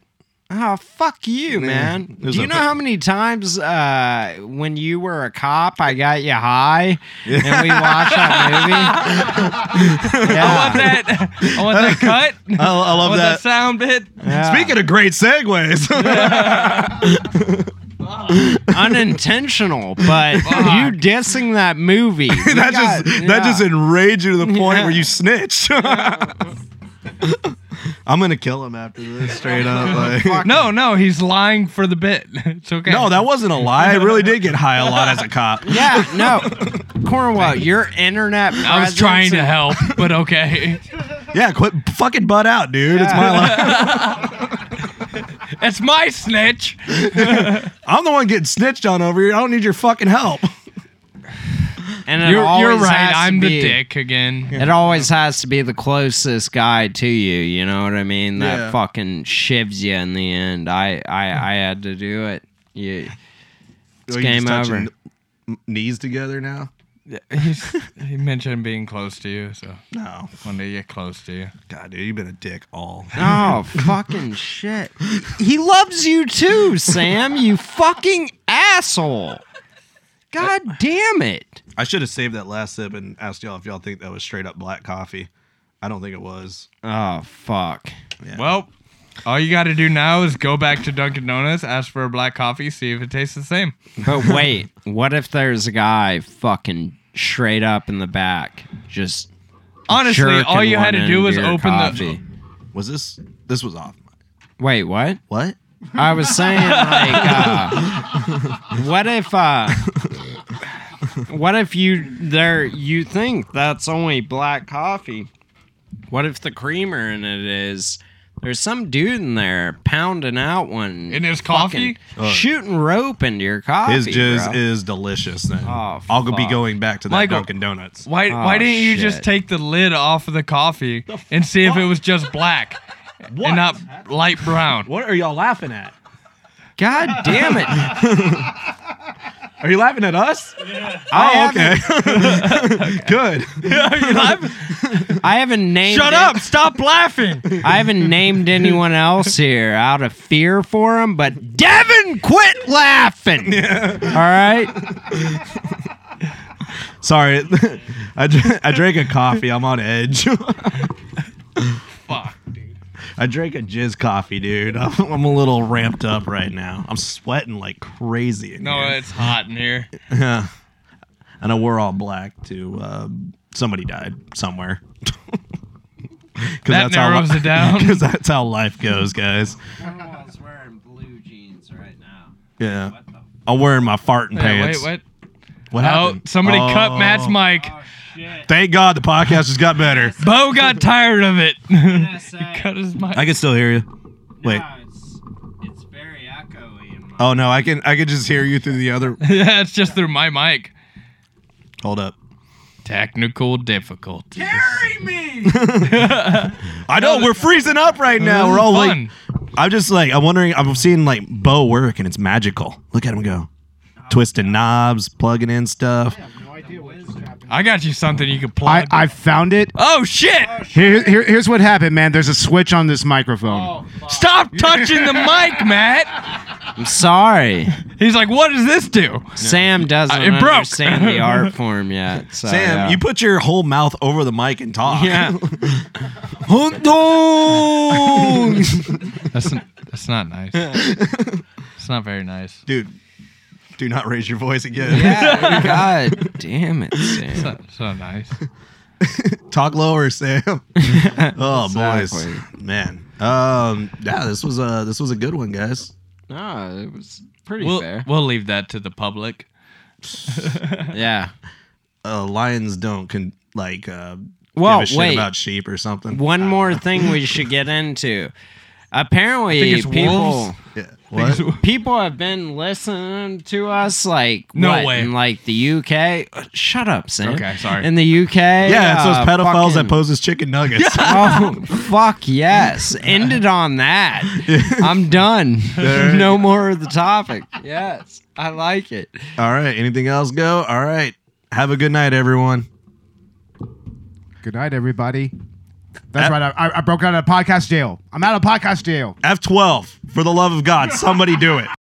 S3: oh, fuck you, man.
S1: it was
S3: Do you know
S1: okay.
S3: how many times uh, when you were a cop, I got you high and we watched that movie?
S2: I want that. I want that cut. I,
S1: I, I love
S2: want that.
S1: that.
S2: sound bit.
S3: Yeah.
S1: Speaking of great segues,
S3: unintentional, but you dissing that movie. We
S1: that
S3: got-
S1: just that just
S3: Oh yeah.
S1: enraged you to the point
S3: Yeah.
S1: where you snitched. I'm gonna kill him after this, straight up. Like.
S2: No, no, he's lying for the bit. It's okay.
S1: No, that wasn't a lie. I really did get high a lot as a cop.
S3: yeah no Cornwell, your internet.
S2: I was trying to help, but okay.
S1: Yeah, quit fucking butt out, dude. It's my life.
S2: It's my snitch.
S1: I'm the one getting snitched on over here. I don't need your fucking help.
S3: And it
S2: You're, you're
S3: always
S2: right.
S3: has to
S2: I'm the
S3: be-
S2: dick again.
S3: It always has to be the closest guy to you. You know what I mean? That
S1: Yeah.
S3: fucking shivs you in the end. I I I had to do it. You,
S1: Are you just
S3: game
S1: touching
S3: over.
S1: n- Knees together now?
S2: He mentioned being close to you, so
S1: No.
S2: when they get close to you.
S1: God, dude, you've been a dick all.
S3: oh fucking shit! He loves you too, Sam. You fucking asshole. God damn it.
S1: I should have saved that last sip and asked y'all if y'all think that was straight up black coffee. I don't think it was.
S3: Oh fuck.
S2: Well, all you got to do now is go back to Dunkin' Donuts, ask for a black coffee, see if it tastes the same.
S3: But wait, what if there's a guy fucking straight up in the back? Just
S2: Honestly, all
S3: jerking
S2: you had
S3: one
S2: to do was
S3: into your
S2: open
S3: coffee.
S1: Was this? This was off.
S3: Wait, what?
S1: What?
S3: I was saying like, uh, what if, uh, what if you there you think that's only black coffee? What if the creamer in it is There's some dude in there pounding out one
S2: In his
S3: fucking-
S2: coffee?
S3: shooting rope into your coffee.
S1: His jizz
S3: bro.
S1: is delicious. Then
S3: Oh,
S1: I'll go be
S3: fuck.
S1: going back to that
S2: Michael-
S1: Dunkin' Donuts.
S2: Why why
S3: Oh,
S2: didn't you just
S3: shit.
S2: take the lid off of the coffee and see if it was just black and not light brown?
S5: What are y'all laughing at?
S3: God damn it!
S5: Are you laughing at us?
S1: Oh, okay. Good.
S3: I haven't named.
S2: Shut
S3: it-
S2: up! Stop laughing!
S3: I haven't named anyone else here out of fear for him, but Devin, quit laughing. All right.
S1: Sorry, I, dr- I drank a coffee. I'm on edge.
S2: Fuck, dude.
S1: I drank a jizz coffee, dude. I'm, I'm a little ramped up right now. I'm sweating like crazy. in
S2: No,
S1: here.
S2: it's hot in here.
S1: I know we're all black too. Uh, somebody died somewhere. 'Cause
S2: That
S1: how
S2: narrows
S1: li-
S2: it down.
S1: 'cause that's how life goes, guys.
S3: Cornwall's wearing blue jeans right now.
S1: Yeah. I'm wearing my farting
S2: Hey,
S1: pants.
S2: wait, what?
S1: What
S2: Oh,
S1: happened?
S2: somebody cut
S1: Oh.
S2: Matt's mic.
S1: Thank God the podcast just got better.
S2: Bo got tired of it.
S3: say?
S2: cut his mic.
S1: I can still hear you. Wait.
S3: it's, it's very echoey. In my-
S1: Oh no, I can I can just hear you through the other.
S2: yeah, it's just through my mic.
S1: Hold up.
S2: Technical difficulties.
S1: I know we're freezing up right now.
S2: This
S1: We're
S2: is
S1: all
S2: fun.
S1: like, I'm just like, I'm wondering. I'm seeing like Bo work, and it's magical. Look at him go, twisting knobs, plugging in stuff.
S2: I got you something you could plug.
S4: I, I found it.
S2: oh shit!
S4: Here, here, here's what happened, man. There's a switch on this microphone.
S2: Stop touching the mic, Matt.
S3: I'm sorry.
S2: He's like, what does this do?
S3: Sam doesn't
S2: it broke.
S3: understand the art form yet. So,
S1: Sam,
S3: yeah.
S1: you put your whole mouth over the mic and talk.
S3: Yeah.
S1: Hot dog!
S2: That's that's not nice. It's not very nice.
S1: dude. Do not raise your voice again.
S3: yeah. God damn it,
S2: It's
S3: Sam.
S2: not, it's not nice.
S1: Talk lower, Sam. oh,
S3: Exactly.
S1: boys, man. Um, yeah, this was a this was a good one, guys.
S3: No, it was pretty
S2: We'll,
S3: fair.
S2: we'll leave that to the public.
S3: yeah.
S1: Uh, lions don't con- like uh,
S3: Well,
S1: give a shit
S3: wait.
S1: about sheep or something.
S3: One more thing we should get into. Apparently,
S2: think it's
S3: people.
S2: wolves.
S1: Yeah. What?
S3: people have been listening to us like
S2: No
S3: what,
S2: way.
S3: in like the UK. Uh, Shut up, Sam.
S2: Okay, sorry.
S3: In the UK,
S1: Yeah, it's those
S3: uh,
S1: pedophiles that
S3: fucking-
S1: pose as chicken nuggets.
S3: Oh fuck yes! Ended on that. I'm done. no more of the topic. Yes, I like it.
S1: All right. Anything else go? All right. Have a good night, everyone.
S4: Good night, everybody. That's
S1: That-
S4: right. I- I, I broke out of podcast jail. I'm out of podcast jail.
S1: F12. For the love of God, somebody do it.